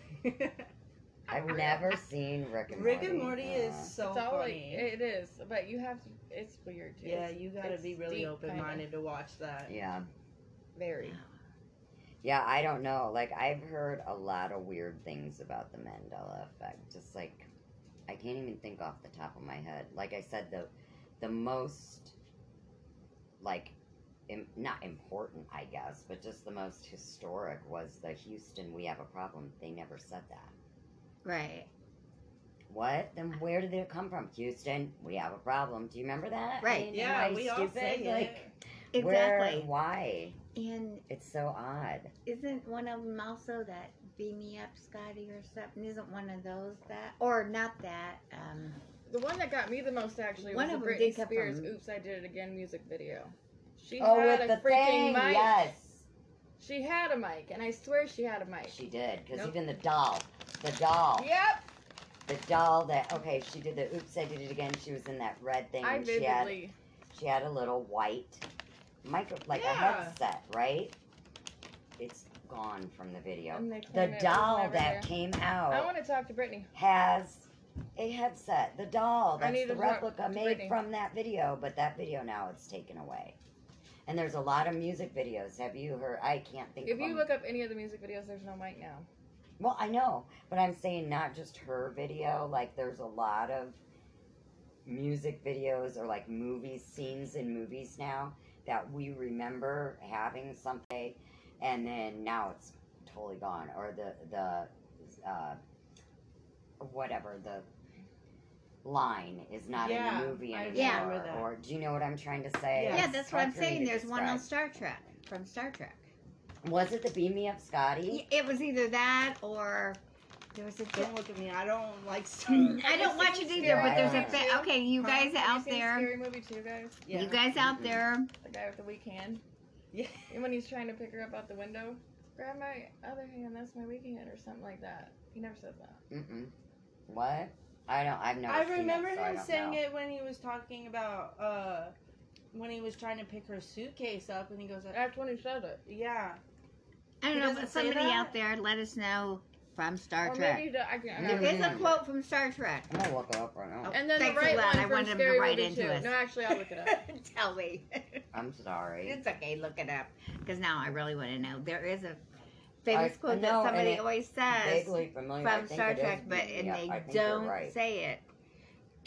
[SPEAKER 1] I've never seen Rick and
[SPEAKER 5] Rick
[SPEAKER 1] Morty.
[SPEAKER 5] and Morty is
[SPEAKER 1] Uh,
[SPEAKER 5] so
[SPEAKER 3] it's all like
[SPEAKER 5] funny.
[SPEAKER 3] it is, but you have to. It's weird. Too.
[SPEAKER 5] yeah,
[SPEAKER 3] It's-
[SPEAKER 5] you gotta
[SPEAKER 3] it's
[SPEAKER 5] be really
[SPEAKER 3] deep,
[SPEAKER 5] open minded to watch that.
[SPEAKER 1] Yeah.
[SPEAKER 3] kinda. Very.
[SPEAKER 1] Yeah, I don't know. Like I've heard a lot of weird things about the Mandela effect. Just like I can't even think off the top of my head. Like I said the the most like Im- not important, I guess, but just the most historic was the Houston we have a problem. They never said that.
[SPEAKER 2] Right.
[SPEAKER 1] What? Then where did it come from? Houston, we have a problem. Do you remember that?
[SPEAKER 2] Right.
[SPEAKER 1] I mean, am
[SPEAKER 5] Yeah,
[SPEAKER 1] I
[SPEAKER 5] we all
[SPEAKER 1] stupid?
[SPEAKER 5] say
[SPEAKER 1] like, Where,
[SPEAKER 2] Exactly.
[SPEAKER 1] why?
[SPEAKER 2] And
[SPEAKER 1] It's so odd.
[SPEAKER 2] isn't one of them also that beat me up, Scotty, or something? Isn't one of those that, or not that? Um,
[SPEAKER 3] The one that got me the most actually
[SPEAKER 2] One
[SPEAKER 3] was
[SPEAKER 2] of
[SPEAKER 3] the
[SPEAKER 2] them
[SPEAKER 3] Britney
[SPEAKER 2] did come
[SPEAKER 3] Spears
[SPEAKER 2] from-
[SPEAKER 3] "Oops, I Did It Again" music video. She
[SPEAKER 1] oh,
[SPEAKER 3] had
[SPEAKER 1] with
[SPEAKER 3] a
[SPEAKER 1] the
[SPEAKER 3] freaking
[SPEAKER 1] thing,
[SPEAKER 3] mic.
[SPEAKER 1] yes.
[SPEAKER 3] She had a mic, and I swear she had a mic.
[SPEAKER 1] She did, because
[SPEAKER 3] Nope.
[SPEAKER 1] even the doll, the doll,
[SPEAKER 3] Yep.
[SPEAKER 1] the doll that okay, she did the oops, I did it again. She was in that red thing.
[SPEAKER 3] I
[SPEAKER 1] and she had
[SPEAKER 3] vividly.
[SPEAKER 1] she had a little white micro, like a
[SPEAKER 3] Yeah.
[SPEAKER 1] headset, right? It's gone from the video.
[SPEAKER 3] and they claim it
[SPEAKER 1] The
[SPEAKER 3] was
[SPEAKER 1] doll
[SPEAKER 3] never
[SPEAKER 1] that
[SPEAKER 3] there.
[SPEAKER 1] came out.
[SPEAKER 3] I want to talk to Brittany.
[SPEAKER 1] has a headset. The doll
[SPEAKER 3] I
[SPEAKER 1] that's
[SPEAKER 3] need
[SPEAKER 1] the
[SPEAKER 3] to talk
[SPEAKER 1] replica
[SPEAKER 3] to
[SPEAKER 1] made
[SPEAKER 3] Brittany.
[SPEAKER 1] from that video, but that video now it's taken away. And there's a lot of music videos. Have you heard? I can't think.
[SPEAKER 3] If
[SPEAKER 1] of
[SPEAKER 3] you
[SPEAKER 1] them.
[SPEAKER 3] look up any of the music videos, there's no mic now.
[SPEAKER 1] well, I know, but I'm saying not just her video. Like there's a lot of music videos or like movie scenes in movies now that we remember having someday, and then now it's totally gone. Or the the uh, whatever the line is not in
[SPEAKER 5] Yeah,
[SPEAKER 1] the movie
[SPEAKER 5] I
[SPEAKER 1] anymore.
[SPEAKER 5] remember that.
[SPEAKER 1] Or do you know what I'm trying to say?
[SPEAKER 5] Yeah,
[SPEAKER 2] yeah,
[SPEAKER 1] It's
[SPEAKER 2] that's what
[SPEAKER 1] hard
[SPEAKER 2] I'm
[SPEAKER 1] for me
[SPEAKER 2] saying.
[SPEAKER 1] to
[SPEAKER 2] There's one on
[SPEAKER 1] describe.
[SPEAKER 2] Star Trek from Star Trek.
[SPEAKER 1] Was it the Beam Me Up, Scotty?
[SPEAKER 2] It was either that or there was a.
[SPEAKER 5] Don't look at me. I don't like
[SPEAKER 2] I don't watch it either, but there's a. Fa- okay, you guys
[SPEAKER 3] Huh? Have
[SPEAKER 2] out
[SPEAKER 3] seen
[SPEAKER 2] there,
[SPEAKER 3] Scary movie too, guys.
[SPEAKER 5] Yeah.
[SPEAKER 2] you guys out
[SPEAKER 1] Mhm.
[SPEAKER 2] there,
[SPEAKER 3] The guy with the weak hand.
[SPEAKER 5] Yeah.
[SPEAKER 3] And when he's trying to pick her up out the window, grab my other hand, that's my weak hand, or something like that. He never says that.
[SPEAKER 1] Mm-mm. What? I don't. I've never.
[SPEAKER 5] I
[SPEAKER 1] seen it,
[SPEAKER 5] remember
[SPEAKER 1] so I
[SPEAKER 5] him
[SPEAKER 1] don't
[SPEAKER 5] saying
[SPEAKER 1] know.
[SPEAKER 5] it when he was talking about uh when he was trying to pick her suitcase up and he goes like,
[SPEAKER 3] That's when he said it.
[SPEAKER 5] yeah.
[SPEAKER 2] I don't
[SPEAKER 5] He
[SPEAKER 2] know,
[SPEAKER 5] doesn't
[SPEAKER 2] but
[SPEAKER 5] say
[SPEAKER 2] somebody
[SPEAKER 5] that?
[SPEAKER 2] out there, let us know from Star
[SPEAKER 3] or
[SPEAKER 2] Trek.
[SPEAKER 3] maybe he does. I can't. I
[SPEAKER 1] Yeah.
[SPEAKER 2] If
[SPEAKER 3] don't
[SPEAKER 2] it's a
[SPEAKER 3] remember.
[SPEAKER 2] quote from Star Trek,
[SPEAKER 1] I'm gonna look it up right now.
[SPEAKER 2] Oh.
[SPEAKER 3] And then
[SPEAKER 2] Thanks
[SPEAKER 3] the
[SPEAKER 2] a
[SPEAKER 3] right
[SPEAKER 2] lot.
[SPEAKER 3] one
[SPEAKER 2] I
[SPEAKER 3] from
[SPEAKER 2] wanted him to
[SPEAKER 3] Scary
[SPEAKER 2] write
[SPEAKER 3] Movie
[SPEAKER 2] into
[SPEAKER 3] 2.
[SPEAKER 2] us.
[SPEAKER 3] No, actually, I'll look it up.
[SPEAKER 2] tell me.
[SPEAKER 1] I'm sorry.
[SPEAKER 2] It's okay, look it up. Because now I really want to know. There is a famous
[SPEAKER 1] I know,
[SPEAKER 2] quote that
[SPEAKER 1] and
[SPEAKER 2] somebody
[SPEAKER 1] it
[SPEAKER 2] always says
[SPEAKER 1] Vaguely familiar. I
[SPEAKER 2] from
[SPEAKER 1] think
[SPEAKER 2] Star
[SPEAKER 1] it is.
[SPEAKER 2] Trek, but and
[SPEAKER 1] Yeah, I
[SPEAKER 2] they
[SPEAKER 1] think you're
[SPEAKER 2] don't
[SPEAKER 1] right.
[SPEAKER 2] say
[SPEAKER 1] I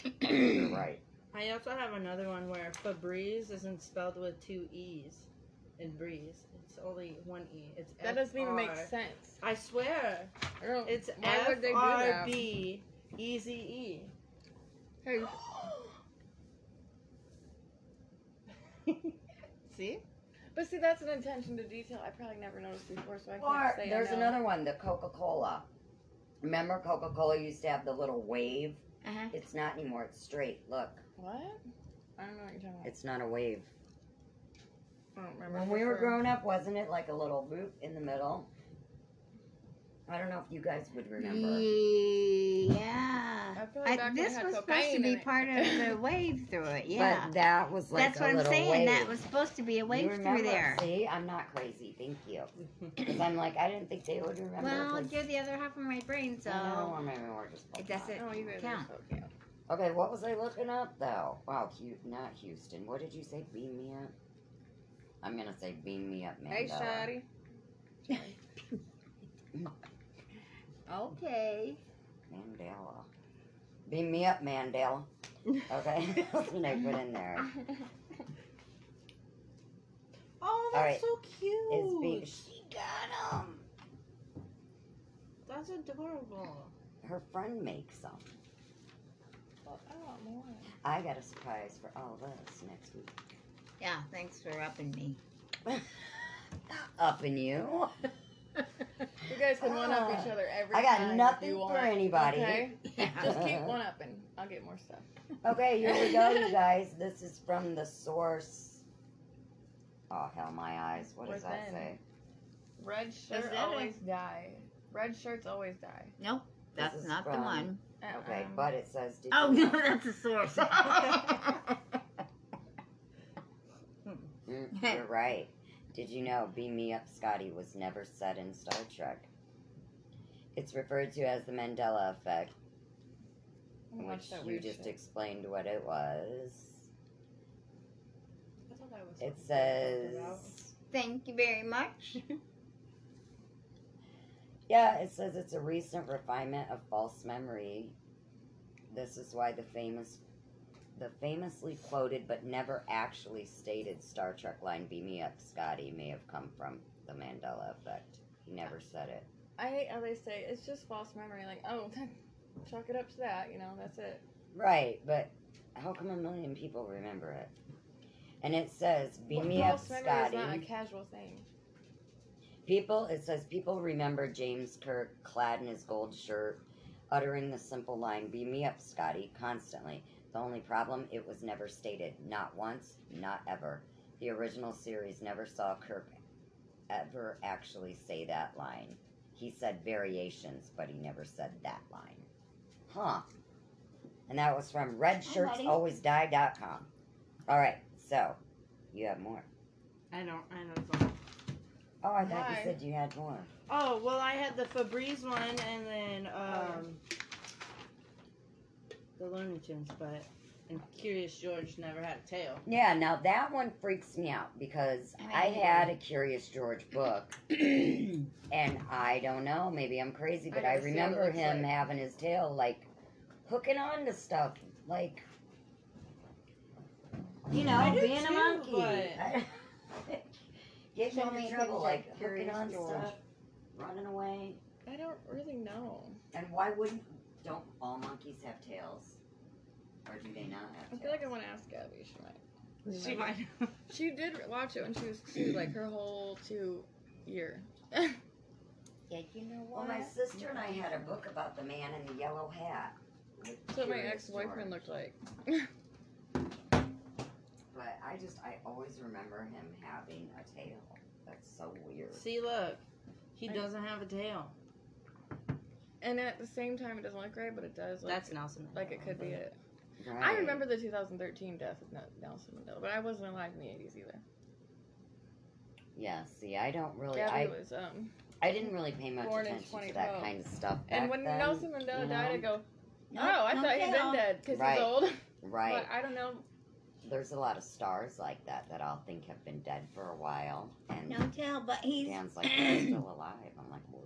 [SPEAKER 1] think you're
[SPEAKER 2] it.
[SPEAKER 1] right.
[SPEAKER 5] I also have another one where Febreze isn't spelled with two E's in Breeze. It's only one E. It's
[SPEAKER 3] That doesn't even make
[SPEAKER 5] FR.
[SPEAKER 3] sense.
[SPEAKER 5] I swear.
[SPEAKER 3] I don't,
[SPEAKER 5] It's
[SPEAKER 3] Why would they do that?
[SPEAKER 5] F-R-B E-Z-E.
[SPEAKER 3] hey,
[SPEAKER 5] Oh, See?
[SPEAKER 3] but see, that's an attention to detail I probably never noticed before, so I can't
[SPEAKER 1] Or
[SPEAKER 3] say I
[SPEAKER 1] there's
[SPEAKER 3] know.
[SPEAKER 1] another one, the Coca Cola. Remember, Coca Cola used to have the little wave.
[SPEAKER 2] Uh-huh.
[SPEAKER 1] It's not anymore. It's straight. Look,
[SPEAKER 3] What? I don't know what you're talking about.
[SPEAKER 1] it's not a wave.
[SPEAKER 3] I don't remember.
[SPEAKER 1] When
[SPEAKER 3] for
[SPEAKER 1] we were
[SPEAKER 3] sure.
[SPEAKER 1] growing up, wasn't it like a little boop in the middle? I don't know if you guys would remember.
[SPEAKER 2] Yeah.
[SPEAKER 3] I feel like
[SPEAKER 2] I,
[SPEAKER 3] back
[SPEAKER 2] this
[SPEAKER 3] when it
[SPEAKER 2] was
[SPEAKER 3] had
[SPEAKER 2] supposed to
[SPEAKER 3] cocaine
[SPEAKER 2] be
[SPEAKER 3] in it.
[SPEAKER 2] part of the wave through it, yeah.
[SPEAKER 1] But that was like
[SPEAKER 2] That's
[SPEAKER 1] a
[SPEAKER 2] what I'm
[SPEAKER 1] little
[SPEAKER 2] saying.
[SPEAKER 1] wave.
[SPEAKER 2] That was supposed to be a
[SPEAKER 1] You
[SPEAKER 2] wave through
[SPEAKER 1] remember-
[SPEAKER 2] there.
[SPEAKER 1] See, I'm not crazy. Thank you. 'Cause I'm like, I didn't think they would remember.
[SPEAKER 2] Well,
[SPEAKER 1] 'cause-
[SPEAKER 2] you're the other half of my brain, so.
[SPEAKER 1] I know, or maybe we're just both
[SPEAKER 2] It doesn't-
[SPEAKER 1] not.
[SPEAKER 3] Oh, you guys
[SPEAKER 2] Count.
[SPEAKER 3] are so cute.
[SPEAKER 1] Okay, what was I looking up though? Wow, Hu- not Houston. What did you say? Beam me up. I'm gonna say beam me up, man.
[SPEAKER 3] Hey, Shotty.
[SPEAKER 1] um,
[SPEAKER 2] Okay.
[SPEAKER 1] Mandela. Beam me up, Mandela. Okay, that's what I put in there.
[SPEAKER 5] Oh, that's
[SPEAKER 1] right.
[SPEAKER 5] so cute.
[SPEAKER 1] It's being. She got them.
[SPEAKER 5] That's adorable.
[SPEAKER 1] Her friend makes them.
[SPEAKER 3] Well, I want more.
[SPEAKER 1] I got a surprise for all of us next week.
[SPEAKER 2] yeah, thanks for upping me.
[SPEAKER 1] Up in you.
[SPEAKER 3] You guys can one up
[SPEAKER 1] Ah.
[SPEAKER 3] each other every
[SPEAKER 1] I got
[SPEAKER 3] time if
[SPEAKER 1] nothing
[SPEAKER 3] you
[SPEAKER 1] for
[SPEAKER 3] want,
[SPEAKER 1] anybody.
[SPEAKER 3] Okay?
[SPEAKER 2] Yeah.
[SPEAKER 3] Just keep one up and I'll get more stuff.
[SPEAKER 1] Okay, here we go, you guys. This is from the source. Oh hell, my eyes. What does
[SPEAKER 3] What's
[SPEAKER 1] that
[SPEAKER 3] in?
[SPEAKER 1] say?
[SPEAKER 3] Red
[SPEAKER 2] Is
[SPEAKER 3] shirts
[SPEAKER 2] that
[SPEAKER 3] always die. Red shirts always die.
[SPEAKER 2] Nope,
[SPEAKER 1] This
[SPEAKER 2] that's
[SPEAKER 1] is
[SPEAKER 2] not the
[SPEAKER 1] from-
[SPEAKER 2] one.
[SPEAKER 1] Okay,
[SPEAKER 3] Um,
[SPEAKER 1] but it says. Did
[SPEAKER 2] Oh,
[SPEAKER 1] you
[SPEAKER 2] no, that's a source.
[SPEAKER 1] Mm, you're right. Did you know "Beam Me Up, Scotty" was never said in Star Trek? It's referred to as the Mandela effect,
[SPEAKER 3] I don't watch
[SPEAKER 1] which
[SPEAKER 3] that
[SPEAKER 1] you
[SPEAKER 3] weird
[SPEAKER 1] just
[SPEAKER 3] shit.
[SPEAKER 1] explained what it was.
[SPEAKER 5] I thought that was
[SPEAKER 1] It
[SPEAKER 5] something
[SPEAKER 1] says.
[SPEAKER 5] about-
[SPEAKER 2] Thank you very much.
[SPEAKER 1] Yeah, it says it's a recent refinement of false memory. This is why the famous, the famously quoted but never actually stated Star Trek line "Beam me up, Scotty" may have come from the Mandela effect. He never said it.
[SPEAKER 3] I hate how they say it's just false memory. Like, oh, chalk it up to that. You know, that's it.
[SPEAKER 1] Right, but how come a million people remember it? And it says "Beam
[SPEAKER 3] Well,
[SPEAKER 1] me up,
[SPEAKER 3] false memory is not a
[SPEAKER 1] Scotty."
[SPEAKER 3] casual thing.
[SPEAKER 1] People, it says people remember James Kirk clad in his gold shirt, uttering the simple line, Beam me up, Scotty, constantly. The only problem, it was never stated. Not once, not ever. The original series never saw Kirk ever actually say that line. He said variations, but he never said that line. Huh. And that was from redshirtsalwaysdie.com. All right, so you have more.
[SPEAKER 5] I don't. I know. It's all-
[SPEAKER 1] Oh, I thought you
[SPEAKER 3] Why?
[SPEAKER 1] said you had more.
[SPEAKER 5] oh well, I had the Febreze one, and then um, the Looney Tunes, but and Curious George never had a tail.
[SPEAKER 1] Yeah, now that one freaks me out because
[SPEAKER 2] I
[SPEAKER 1] I
[SPEAKER 2] hate
[SPEAKER 1] had a Curious George book, and I don't know, maybe I'm crazy, but I,
[SPEAKER 3] gotta see what it
[SPEAKER 1] remember
[SPEAKER 3] looks
[SPEAKER 1] him
[SPEAKER 3] like.
[SPEAKER 1] having his tail like hooking on to stuff, like you know,
[SPEAKER 5] I do
[SPEAKER 1] being a
[SPEAKER 5] too,
[SPEAKER 1] monkey.
[SPEAKER 5] but-
[SPEAKER 1] Getting
[SPEAKER 3] Show
[SPEAKER 1] all
[SPEAKER 3] me
[SPEAKER 1] in
[SPEAKER 3] a
[SPEAKER 1] trouble,
[SPEAKER 3] picture
[SPEAKER 1] like
[SPEAKER 3] of
[SPEAKER 1] hooking
[SPEAKER 3] Curious
[SPEAKER 1] on
[SPEAKER 3] George.
[SPEAKER 1] stuff, running away.
[SPEAKER 3] I don't really know.
[SPEAKER 1] And why wouldn't don't all monkeys have tails, or do they not have
[SPEAKER 3] I
[SPEAKER 1] tails?
[SPEAKER 3] feel like I want to ask Gabby. She might.
[SPEAKER 5] She might.
[SPEAKER 3] She did watch it when she was two, like her whole two year.
[SPEAKER 2] Yeah, you know
[SPEAKER 1] Well, my sister and I had a book about the man in the yellow hat.
[SPEAKER 3] That's what my ex boyfriend looked like.
[SPEAKER 1] But but I just I always remember him having a tail. That's so weird.
[SPEAKER 5] See, look, he
[SPEAKER 3] I-
[SPEAKER 5] doesn't have a tail.
[SPEAKER 3] And at the same time, it doesn't look right, but it does. Look
[SPEAKER 5] That's Nelson. Mandela.
[SPEAKER 3] like it could be it. I
[SPEAKER 1] Right.
[SPEAKER 3] remember the 2013 death of Nel- Nelson Mandela, but I wasn't alive in the 80s either.
[SPEAKER 1] Yeah. See, I don't really. I,
[SPEAKER 3] Gabby was um.
[SPEAKER 1] I didn't really pay much
[SPEAKER 3] born in
[SPEAKER 1] attention to that
[SPEAKER 3] 2012.
[SPEAKER 1] kind of stuff. Back
[SPEAKER 3] And when
[SPEAKER 1] then,
[SPEAKER 3] Nelson Mandela
[SPEAKER 1] you
[SPEAKER 3] died,
[SPEAKER 1] know?
[SPEAKER 3] I go, oh,
[SPEAKER 2] No,
[SPEAKER 3] I
[SPEAKER 2] no
[SPEAKER 3] thought he'd
[SPEAKER 2] tail.
[SPEAKER 3] been dead because
[SPEAKER 1] Right.
[SPEAKER 3] he's old.
[SPEAKER 1] right?
[SPEAKER 3] But I don't know.
[SPEAKER 1] There's a lot of stars like that that I'll think have been dead for a while, and
[SPEAKER 2] No tail, but he's
[SPEAKER 1] Dan's like they're still alive. I'm like, whoa.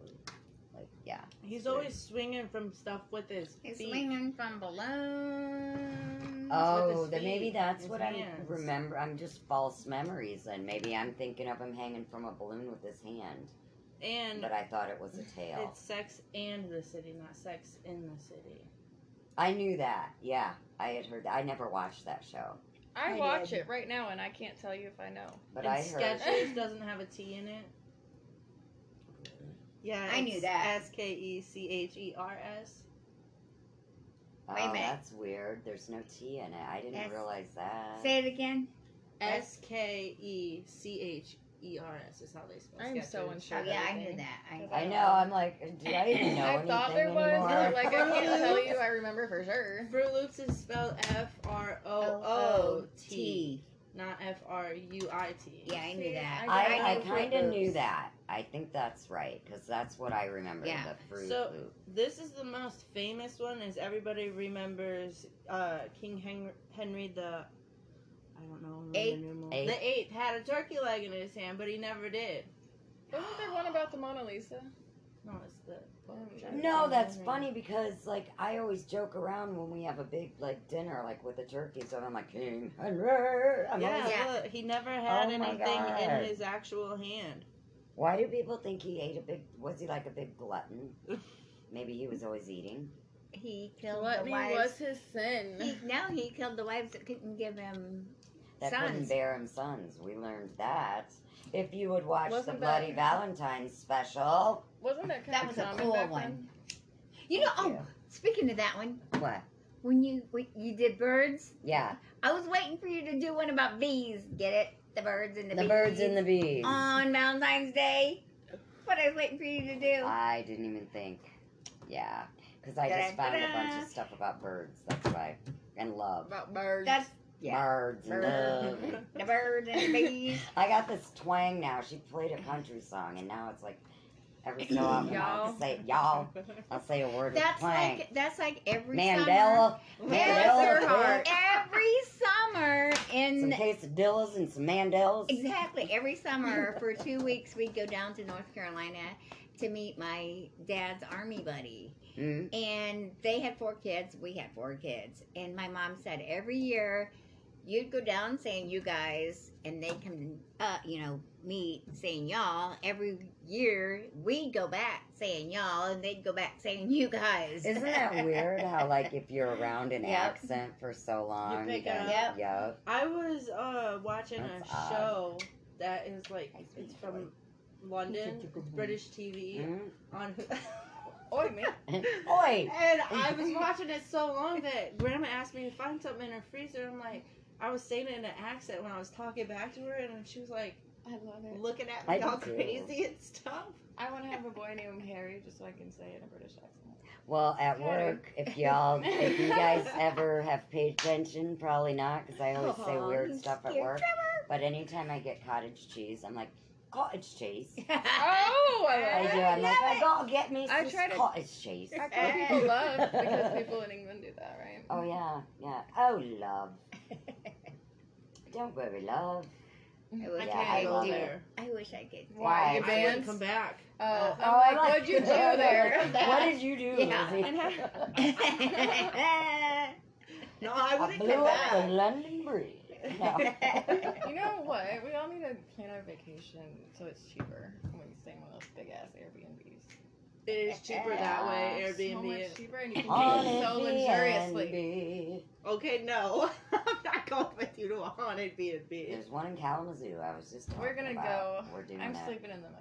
[SPEAKER 1] Like, yeah.
[SPEAKER 5] He's always swinging from stuff with his
[SPEAKER 2] he's
[SPEAKER 5] feet.
[SPEAKER 2] swinging from balloons.
[SPEAKER 5] with
[SPEAKER 1] Oh,
[SPEAKER 5] his
[SPEAKER 1] then maybe
[SPEAKER 5] feet,
[SPEAKER 1] that's
[SPEAKER 5] his
[SPEAKER 1] what I
[SPEAKER 5] hands.
[SPEAKER 1] remember. I'm just false memories, and maybe I'm thinking of him hanging from a balloon with his hand,
[SPEAKER 5] and
[SPEAKER 1] but I thought it was a tail.
[SPEAKER 5] it's sex and the city, not sex in the city.
[SPEAKER 1] I knew that. Yeah, I had heard. That. I never watched that show,
[SPEAKER 3] I,
[SPEAKER 5] I
[SPEAKER 3] watch
[SPEAKER 5] did.
[SPEAKER 3] it right now, and I can't tell you if I know.
[SPEAKER 1] but
[SPEAKER 5] and
[SPEAKER 1] I heard.
[SPEAKER 5] Skechers doesn't have a T in it. Yeah,
[SPEAKER 2] I knew
[SPEAKER 5] it's
[SPEAKER 2] that.
[SPEAKER 5] S K E C H E R S.
[SPEAKER 1] Oh,
[SPEAKER 2] Wait a minute.
[SPEAKER 1] that's weird. There's no T in it. I didn't
[SPEAKER 2] Yes.
[SPEAKER 1] realize that.
[SPEAKER 2] Say it again.
[SPEAKER 5] S K E C H E R S is how they spell.
[SPEAKER 3] I'm so
[SPEAKER 5] Skechers.
[SPEAKER 3] unsure.
[SPEAKER 2] Oh yeah, I
[SPEAKER 5] Everything.
[SPEAKER 2] knew that. I, knew
[SPEAKER 1] I
[SPEAKER 2] that.
[SPEAKER 1] know. I'm like, do I even know
[SPEAKER 3] I
[SPEAKER 1] anything
[SPEAKER 3] thought there was,
[SPEAKER 1] anymore?
[SPEAKER 3] but like I can't tell
[SPEAKER 5] Fruit
[SPEAKER 3] you. I remember for sure.
[SPEAKER 5] Fruit Loops is spelled F R O O T,
[SPEAKER 2] O-O-T.
[SPEAKER 5] not F R U I T.
[SPEAKER 2] Yeah, I knew
[SPEAKER 3] See,
[SPEAKER 2] that.
[SPEAKER 1] I,
[SPEAKER 3] I
[SPEAKER 1] I
[SPEAKER 3] know
[SPEAKER 1] kind
[SPEAKER 5] Fruit
[SPEAKER 1] of knew
[SPEAKER 5] Loops.
[SPEAKER 1] that. I think that's right because that's what I remember.
[SPEAKER 2] Yeah.
[SPEAKER 1] The fruit
[SPEAKER 5] So-
[SPEAKER 1] loop.
[SPEAKER 5] This is the most famous one, as everybody remembers uh, King Hen- Henry the. I don't know. Roman
[SPEAKER 2] Eighth.
[SPEAKER 5] numeral-
[SPEAKER 1] Eighth.
[SPEAKER 5] The eighth had a turkey leg in his hand, but he never did.
[SPEAKER 3] Wasn't there one about the Mona Lisa?
[SPEAKER 5] No, it's the.
[SPEAKER 3] Um,
[SPEAKER 1] No, that's funny because like I always joke around when we have a big like dinner like with the turkeys and I'm like King Henry. I'm
[SPEAKER 5] yeah,
[SPEAKER 1] always-
[SPEAKER 2] Yeah.
[SPEAKER 5] Look, he never had
[SPEAKER 1] Oh my
[SPEAKER 5] anything
[SPEAKER 1] God.
[SPEAKER 5] in his actual hand.
[SPEAKER 1] Why do people think he ate a big? Was he like a big glutton? Maybe he was always eating.
[SPEAKER 2] He killed the
[SPEAKER 3] Gluttony was
[SPEAKER 2] wives.
[SPEAKER 3] his sin.
[SPEAKER 2] He, no, he killed the wives that couldn't give him
[SPEAKER 1] That couldn't
[SPEAKER 2] sons.
[SPEAKER 1] bear him sons. We learned that. If you would watch the
[SPEAKER 3] Wasn't that-
[SPEAKER 1] Bloody Valentine special.
[SPEAKER 3] Wasn't that kind
[SPEAKER 2] That
[SPEAKER 3] of
[SPEAKER 2] was a
[SPEAKER 3] common
[SPEAKER 2] cool
[SPEAKER 3] back
[SPEAKER 2] one.
[SPEAKER 3] then?
[SPEAKER 2] You know.
[SPEAKER 1] Thank
[SPEAKER 2] Oh, speaking of that one,
[SPEAKER 1] What?
[SPEAKER 2] when you when you did birds,
[SPEAKER 1] Yeah.
[SPEAKER 2] I was waiting for you to do one about bees. Get it? The birds and the,
[SPEAKER 1] The
[SPEAKER 2] bees. Um,
[SPEAKER 1] birds and the bees.
[SPEAKER 2] on Valentine's Day. What I was waiting for you to do.
[SPEAKER 1] I didn't even think. Yeah. Because I just found a bunch
[SPEAKER 2] Da-da-da-da.
[SPEAKER 1] of stuff about birds. That's why. And love.
[SPEAKER 3] About birds.
[SPEAKER 2] That's yeah.
[SPEAKER 1] Birds and
[SPEAKER 2] Birds.
[SPEAKER 1] love.
[SPEAKER 2] The birds and the bees.
[SPEAKER 1] I got this twang now. She played a country song, and now it's like every so often I'll
[SPEAKER 3] Y'all.
[SPEAKER 1] say y'all. I'll say a word
[SPEAKER 2] That's
[SPEAKER 1] with twang.
[SPEAKER 2] like that's like every summer.
[SPEAKER 1] Mandela,
[SPEAKER 2] Every,
[SPEAKER 1] Mandela,
[SPEAKER 3] heart.
[SPEAKER 2] every summer
[SPEAKER 1] some
[SPEAKER 2] in
[SPEAKER 1] quesadillas and some mandels.
[SPEAKER 2] exactly every summer for two weeks we'd go down to North Carolina to meet my dad's army buddy.
[SPEAKER 1] Mm,
[SPEAKER 2] and they had four kids. We had four kids, and my mom said every year you'd go down saying you guys, and they come up, you know, meet saying y'all. Every year we'd go back saying y'all, and they'd go back saying you guys.
[SPEAKER 1] Isn't that weird how, like, if you're around an
[SPEAKER 2] Yep.
[SPEAKER 1] accent for so long,
[SPEAKER 5] pick
[SPEAKER 1] then-
[SPEAKER 5] up.
[SPEAKER 2] Yep.
[SPEAKER 1] yep.
[SPEAKER 5] I was uh, watching
[SPEAKER 1] That's
[SPEAKER 5] a
[SPEAKER 1] odd.
[SPEAKER 5] show that is like
[SPEAKER 1] I speak
[SPEAKER 5] it's from London, it's British TV
[SPEAKER 1] Mm.
[SPEAKER 5] on.
[SPEAKER 3] Oi, man.
[SPEAKER 1] Oi!
[SPEAKER 5] and I was watching it so long that Grandma asked me to find something in her freezer. I'm like, I was saying it in an accent when I was talking back to her, and she was like
[SPEAKER 3] I love it.
[SPEAKER 5] looking at
[SPEAKER 1] I
[SPEAKER 5] me all
[SPEAKER 1] do.
[SPEAKER 5] crazy and stuff.
[SPEAKER 3] I want to have a boy named Harry just so I can say it in a British accent.
[SPEAKER 1] Well, at
[SPEAKER 3] Okay.
[SPEAKER 1] work, if y'all, if you guys ever have paid attention, probably not, because I always say
[SPEAKER 2] Aw,
[SPEAKER 1] weird
[SPEAKER 2] you
[SPEAKER 1] stuff at
[SPEAKER 2] scared
[SPEAKER 1] work. But anytime I get cottage cheese, I'm like, cottage cheese.
[SPEAKER 3] Oh, I
[SPEAKER 1] I
[SPEAKER 3] love
[SPEAKER 1] do.
[SPEAKER 3] it.
[SPEAKER 1] I'm like, I
[SPEAKER 2] it.
[SPEAKER 1] gotta get me
[SPEAKER 3] I
[SPEAKER 1] some
[SPEAKER 3] try to-
[SPEAKER 1] cottage cheese.
[SPEAKER 3] That's what people love because people in England do that, right?
[SPEAKER 1] Oh yeah, yeah. Oh love. Don't worry, love.
[SPEAKER 2] I wish
[SPEAKER 5] I
[SPEAKER 1] Yeah,
[SPEAKER 5] can't
[SPEAKER 1] I
[SPEAKER 5] go
[SPEAKER 1] love
[SPEAKER 5] there.
[SPEAKER 1] it.
[SPEAKER 2] I wish I could. do
[SPEAKER 1] Why?
[SPEAKER 3] Why?
[SPEAKER 5] I
[SPEAKER 3] You
[SPEAKER 1] Your
[SPEAKER 5] wouldn't
[SPEAKER 3] dance?
[SPEAKER 5] come back.
[SPEAKER 3] Oh,
[SPEAKER 1] Oh,
[SPEAKER 3] I'm like,
[SPEAKER 1] I like-
[SPEAKER 3] what'd you do there?
[SPEAKER 1] What did you do?
[SPEAKER 2] Yeah.
[SPEAKER 1] Lizzie?
[SPEAKER 5] And how-
[SPEAKER 2] that.
[SPEAKER 5] No, I
[SPEAKER 1] I
[SPEAKER 5] wouldn't
[SPEAKER 1] blew
[SPEAKER 5] come
[SPEAKER 1] up the
[SPEAKER 5] back.
[SPEAKER 1] London Bridge. No.
[SPEAKER 3] you know what? We all need to plan our vacation so it's cheaper when you stay in one of those big ass Airbnbs.
[SPEAKER 5] It is cheaper that way,
[SPEAKER 1] Yeah.
[SPEAKER 5] Airbnb.
[SPEAKER 3] So much cheaper and you
[SPEAKER 1] On
[SPEAKER 3] can do it so luxuriously.
[SPEAKER 1] Airbnb.
[SPEAKER 5] Okay, no, I'm not going with you to a haunted B and B.
[SPEAKER 1] There's one in Kalamazoo. I was just.
[SPEAKER 3] We're
[SPEAKER 1] talking
[SPEAKER 3] gonna
[SPEAKER 1] about.
[SPEAKER 3] go.
[SPEAKER 1] We're doing
[SPEAKER 3] I'm
[SPEAKER 1] it.
[SPEAKER 3] sleeping in the middle.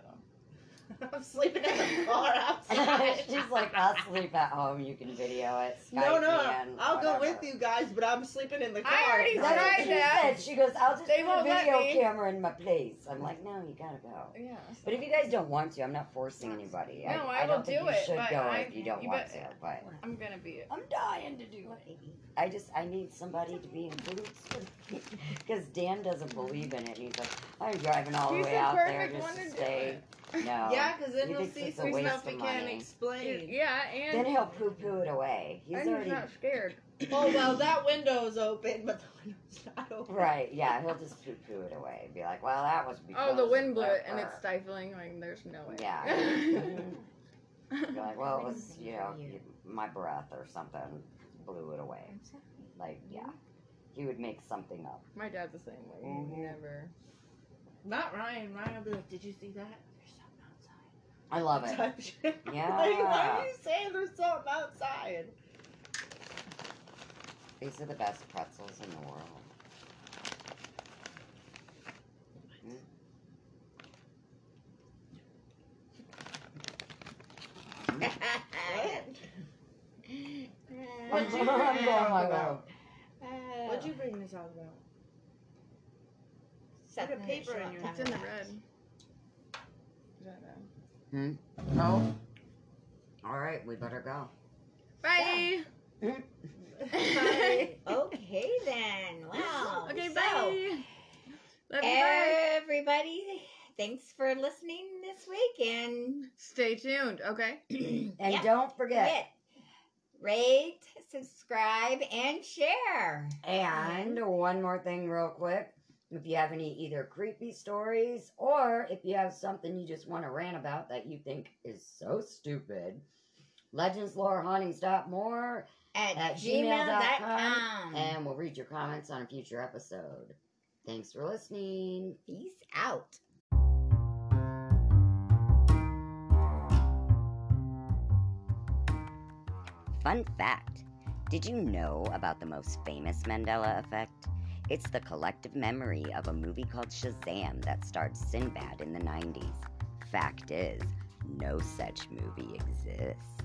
[SPEAKER 5] I'm sleeping in the car outside.
[SPEAKER 1] She's like, I'll sleep at home. You can video it. Skype
[SPEAKER 5] no, no,
[SPEAKER 1] me
[SPEAKER 5] I'll
[SPEAKER 1] and
[SPEAKER 5] go
[SPEAKER 1] whatever."
[SPEAKER 5] with you guys, but I'm sleeping in the car.
[SPEAKER 2] I already
[SPEAKER 1] That's what
[SPEAKER 2] Tried
[SPEAKER 1] she
[SPEAKER 2] that.
[SPEAKER 1] said. She goes, I'll just put
[SPEAKER 2] They
[SPEAKER 1] a
[SPEAKER 2] won't let
[SPEAKER 1] video
[SPEAKER 2] me.
[SPEAKER 1] camera in my place. I'm like, no, you gotta go.
[SPEAKER 3] Yeah.
[SPEAKER 1] But if you guys don't want to, I'm not forcing anybody.
[SPEAKER 2] No,
[SPEAKER 1] I,
[SPEAKER 2] I
[SPEAKER 1] don't
[SPEAKER 2] will
[SPEAKER 1] think
[SPEAKER 2] do
[SPEAKER 1] you
[SPEAKER 2] it,
[SPEAKER 1] should
[SPEAKER 2] but
[SPEAKER 1] go
[SPEAKER 2] I-
[SPEAKER 1] if you don't
[SPEAKER 2] you
[SPEAKER 1] want
[SPEAKER 2] bet-
[SPEAKER 1] to. But
[SPEAKER 2] I'm gonna be it.
[SPEAKER 1] I'm dying to do it. I just I need somebody to be in boots because Dan doesn't believe in it. And he's like, I'm driving all the
[SPEAKER 3] He's
[SPEAKER 1] way
[SPEAKER 3] the
[SPEAKER 1] out there
[SPEAKER 3] perfect
[SPEAKER 1] just
[SPEAKER 3] one
[SPEAKER 1] to
[SPEAKER 3] to do
[SPEAKER 1] stay. No.
[SPEAKER 5] Yeah, because then
[SPEAKER 1] He
[SPEAKER 5] he'll
[SPEAKER 1] thinks
[SPEAKER 5] see
[SPEAKER 1] it's a
[SPEAKER 5] some
[SPEAKER 1] waste
[SPEAKER 5] stuff
[SPEAKER 1] of
[SPEAKER 5] we can't
[SPEAKER 1] money.
[SPEAKER 5] explain.
[SPEAKER 3] Yeah,
[SPEAKER 1] Then
[SPEAKER 3] and
[SPEAKER 1] he'll poo poo it away. He's
[SPEAKER 2] I'm
[SPEAKER 1] already
[SPEAKER 2] not scared.
[SPEAKER 5] Oh well, that window's open, but the window's not open.
[SPEAKER 1] right. Yeah, he'll just poo poo it away. and Be like, well, that was because
[SPEAKER 3] oh, the
[SPEAKER 1] of
[SPEAKER 3] wind blew
[SPEAKER 1] blah,
[SPEAKER 3] it and
[SPEAKER 1] blah."
[SPEAKER 3] it's stifling. Like there's no way.
[SPEAKER 1] Yeah. Mhm. Be like, well, it was you know my breath or something blew it away.
[SPEAKER 2] I'm sorry.
[SPEAKER 1] Like, yeah, he would make something up.
[SPEAKER 3] My dad's the same way. He
[SPEAKER 1] Mhm.
[SPEAKER 3] would Never.
[SPEAKER 5] Not Ryan. Ryan will be like, "Did you see that? There's something outside."
[SPEAKER 1] I love it.
[SPEAKER 5] Type shit. like, why
[SPEAKER 1] Yeah.
[SPEAKER 5] are you saying there's something outside?
[SPEAKER 1] These are the best pretzels in the world. Mm. I'm
[SPEAKER 2] What'd you bring
[SPEAKER 1] going
[SPEAKER 2] up?
[SPEAKER 1] my way.
[SPEAKER 5] What'd you bring this out about?
[SPEAKER 2] Something
[SPEAKER 5] Put a paper
[SPEAKER 2] that
[SPEAKER 5] in
[SPEAKER 2] she
[SPEAKER 5] your
[SPEAKER 2] won't
[SPEAKER 3] It's
[SPEAKER 5] hand.
[SPEAKER 2] talk
[SPEAKER 3] in the
[SPEAKER 2] about.
[SPEAKER 3] red. Is that bad?
[SPEAKER 1] Oh. All right, we better go.
[SPEAKER 3] Bye.
[SPEAKER 5] Bye.
[SPEAKER 2] okay then. Wow.
[SPEAKER 3] Okay,
[SPEAKER 2] So,
[SPEAKER 3] bye. Love you, bye.
[SPEAKER 2] Everybody, thanks for listening this week and
[SPEAKER 3] Stay tuned. Okay.
[SPEAKER 1] And
[SPEAKER 2] Yep,
[SPEAKER 1] don't forget.
[SPEAKER 2] hit rate, subscribe, and share.
[SPEAKER 1] And one more thing, real quick. If you have any either creepy stories or if you have something you just want to rant about that you think is so stupid, legends, lore, hauntings, dot more,
[SPEAKER 2] At,
[SPEAKER 1] At
[SPEAKER 2] gmail.com.
[SPEAKER 1] gmail.com. and we'll read your comments on a future episode. Thanks for listening.
[SPEAKER 2] Peace out.
[SPEAKER 1] Fun fact Did you know about the most famous Mandela effect? It's the collective memory of a movie called Shazam that starred Sinbad in the 90s. Fact is, no such movie exists.